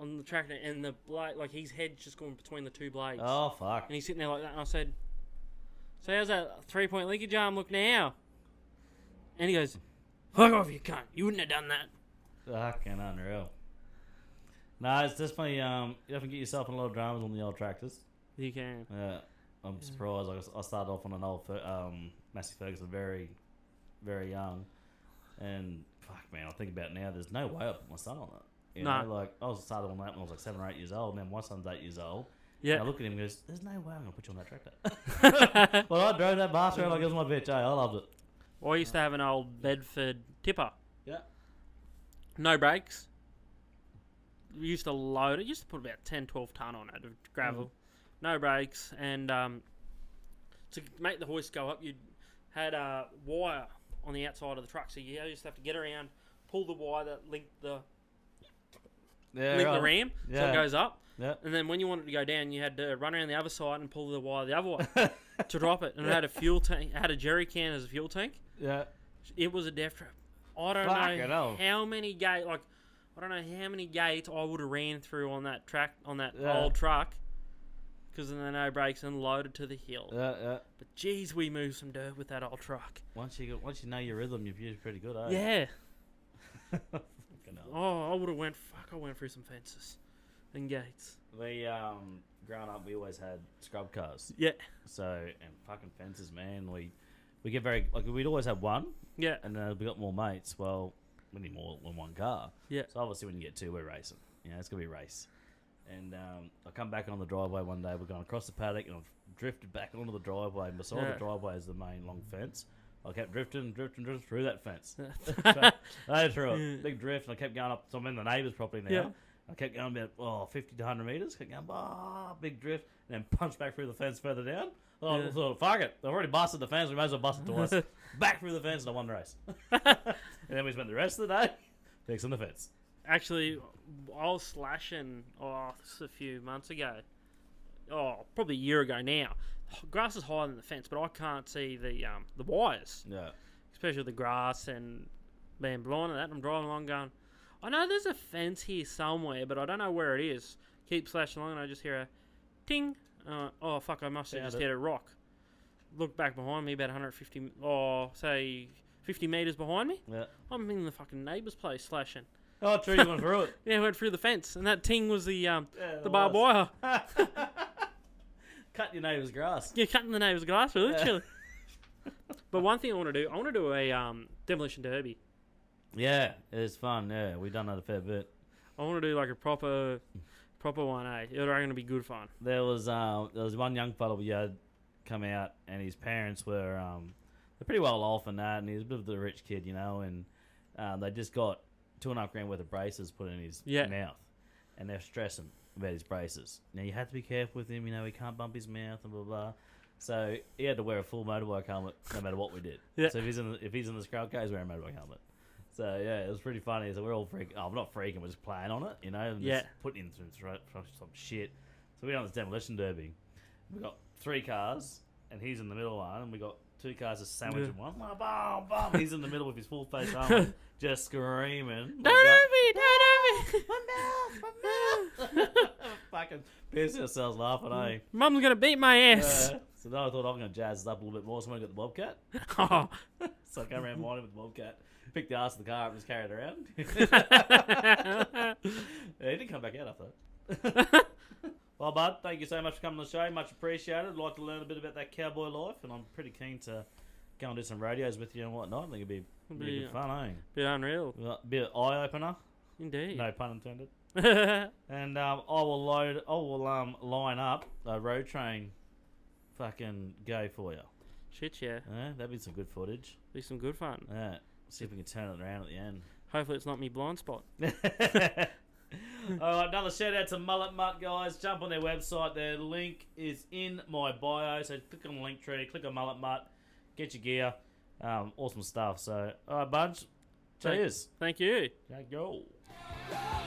on the tractor, and the blade, like his head just going between the two blades. Oh fuck. And he's sitting there like that. And I said, So how's that three point linkage arm look now? And he goes, Fuck off, you cunt. You wouldn't have done that. Fucking unreal. Nah, it's just funny. Um, you often get yourself in a lot of dramas on the old tractors. You can. Yeah, I'm surprised. Like, I s- I started off on an old Fer- um, Massey Ferguson, very, very young, and fuck, man, I think about it now. There's no way I put my son on it. You No. know, like I was started on that when I was like seven or eight years old. Now my son's eight years old. Yeah. And I look at him and goes, "There's no way I'm gonna put you on that tractor." but I drove that bastard around like it was my bitch. eh? I loved it. I used to have an old Bedford tipper. Yeah. No brakes. We used to load it. Used to put about 10, 12 ton on it of gravel. No brakes. And um, to make the hoist go up, you had a wire on the outside of the truck. So you just have to get around, pull the wire that linked the, Yeah. link right. the ram so Yeah. it goes up. Yeah. And then when you wanted to go down, you had to run around the other side and pull the wire the other way to drop it. And it had a fuel tank. It had a jerry can as a fuel tank. Yeah. It was a death trap. I don't Fucking hell. know how many gate like I don't know how many gates I would have ran through on that track on that Yeah. old truck because of the no brakes and loaded to the hill. Yeah. Yeah. But geez, we moved some dirt with that old truck. Once you get- once you know your rhythm, you're usually pretty good, eh? Yeah. Fucking hell. Oh, I would have went. Fuck, I went through some fences and gates. We um growing up we always had scrub cars. Yeah. So and fucking fences, man, we we get very like we'd always have one Yeah. and then we got more mates, well we need more than one car. Yeah. So obviously when you get two we're racing. You know, it's gonna be a race. And um, I come back on the driveway one day, we're going across the paddock and I'm drifted back onto the driveway, and beside Yeah. the driveway is the main long fence. I kept drifting, drifting, drifting through that fence. yeah. I threw a Yeah. big drift, and I kept going up. So I'm in the neighbour's property now. Yeah. I kept going about oh, 50 to 100 metres. Kept going, ah, big drift, and then punched back through the fence further down. Oh, Yeah. so fuck it. I've already busted the fence. We may as well bust it twice. back through the fence, and I won the race. and then we spent the rest of the day fixing the fence. Actually, I was slashing oh, this is a few months ago. Oh, probably a year ago now. Grass is higher than the fence, but I can't see the um, the wires, Yeah. especially the grass and being blind and that. I'm driving along going, I know there's a fence here somewhere, but I don't know where it is. Keep slashing along, and I just hear a ting. Uh, oh fuck! I must have Found just it. hit a rock. Look back behind me, about 150, m- oh say 50 meters behind me. Yeah. I'm in the fucking neighbour's place slashing. Oh, true. You went through it. Yeah, it went through the fence, and that ting was the um, Yeah, it the barbed was. wire. Cut your neighbour's grass. You're cutting the neighbour's glass, with, literally. but one thing I want to do, I want to do a um, demolition derby. Yeah, it's fun. Yeah, we've done that a fair bit. I want to do like a proper, proper one. Eh, it's going to be good fun. There was uh, there was one young fella we had come out, and his parents were um, they're pretty well off and that, and he was a bit of the rich kid, you know, and um, they just got two and a half grand worth of braces put in his Yeah. mouth, and they're stressing about his braces. Now you have to be careful with him, you know, he can't bump his mouth and blah blah. So he had to wear a full motorbike helmet no matter what we did. Yeah. So if he's in the, if he's in the crowd, guys wearing a motorbike helmet. So yeah, it was pretty funny. So we're all freaking. Oh, we're not freaking. We're just playing on it, you know. And just Yeah. putting in some, thro- thro- some shit. So we're on this demolition derby. We got three cars, and he's in the middle one, and we got two cars just sandwiching one. Blah, blah, blah. He's in the middle with his full face helmet, just screaming. We Derby, got- derby. Fucking pissing ourselves laughing, eh? Mum's gonna beat my ass. Yeah. So then I thought I'm gonna jazz this up a little bit more. So I got the bobcat. Oh. So I go around behind him with the bobcat, picked the ass of the car up, and just carried it around. Yeah, he did come back out after that. well, bud, thank you so much for coming on the show. Much appreciated. I'd like to learn a bit about that cowboy life, and I'm pretty keen to go and do some radios with you and whatnot. I think it'd be, it'd be Be, good fun, eh? bit unreal, Well, Be an eye opener. indeed. No pun intended. And um, I will load. I will um line up a road train, fucking go for you. Shit, yeah, Yeah, that'd be some good footage. be some good fun. Yeah, see if we can turn it around at the end. Hopefully, it's not me blind spot. All right, another shout out to Mullet Mutt guys. Jump on their website. Their link is in my bio. So click on Linktree, click on Mullet Mutt, get your gear. Um, awesome stuff. So, all right, bunch. Thank- Cheers. Thank you. Thank you. Love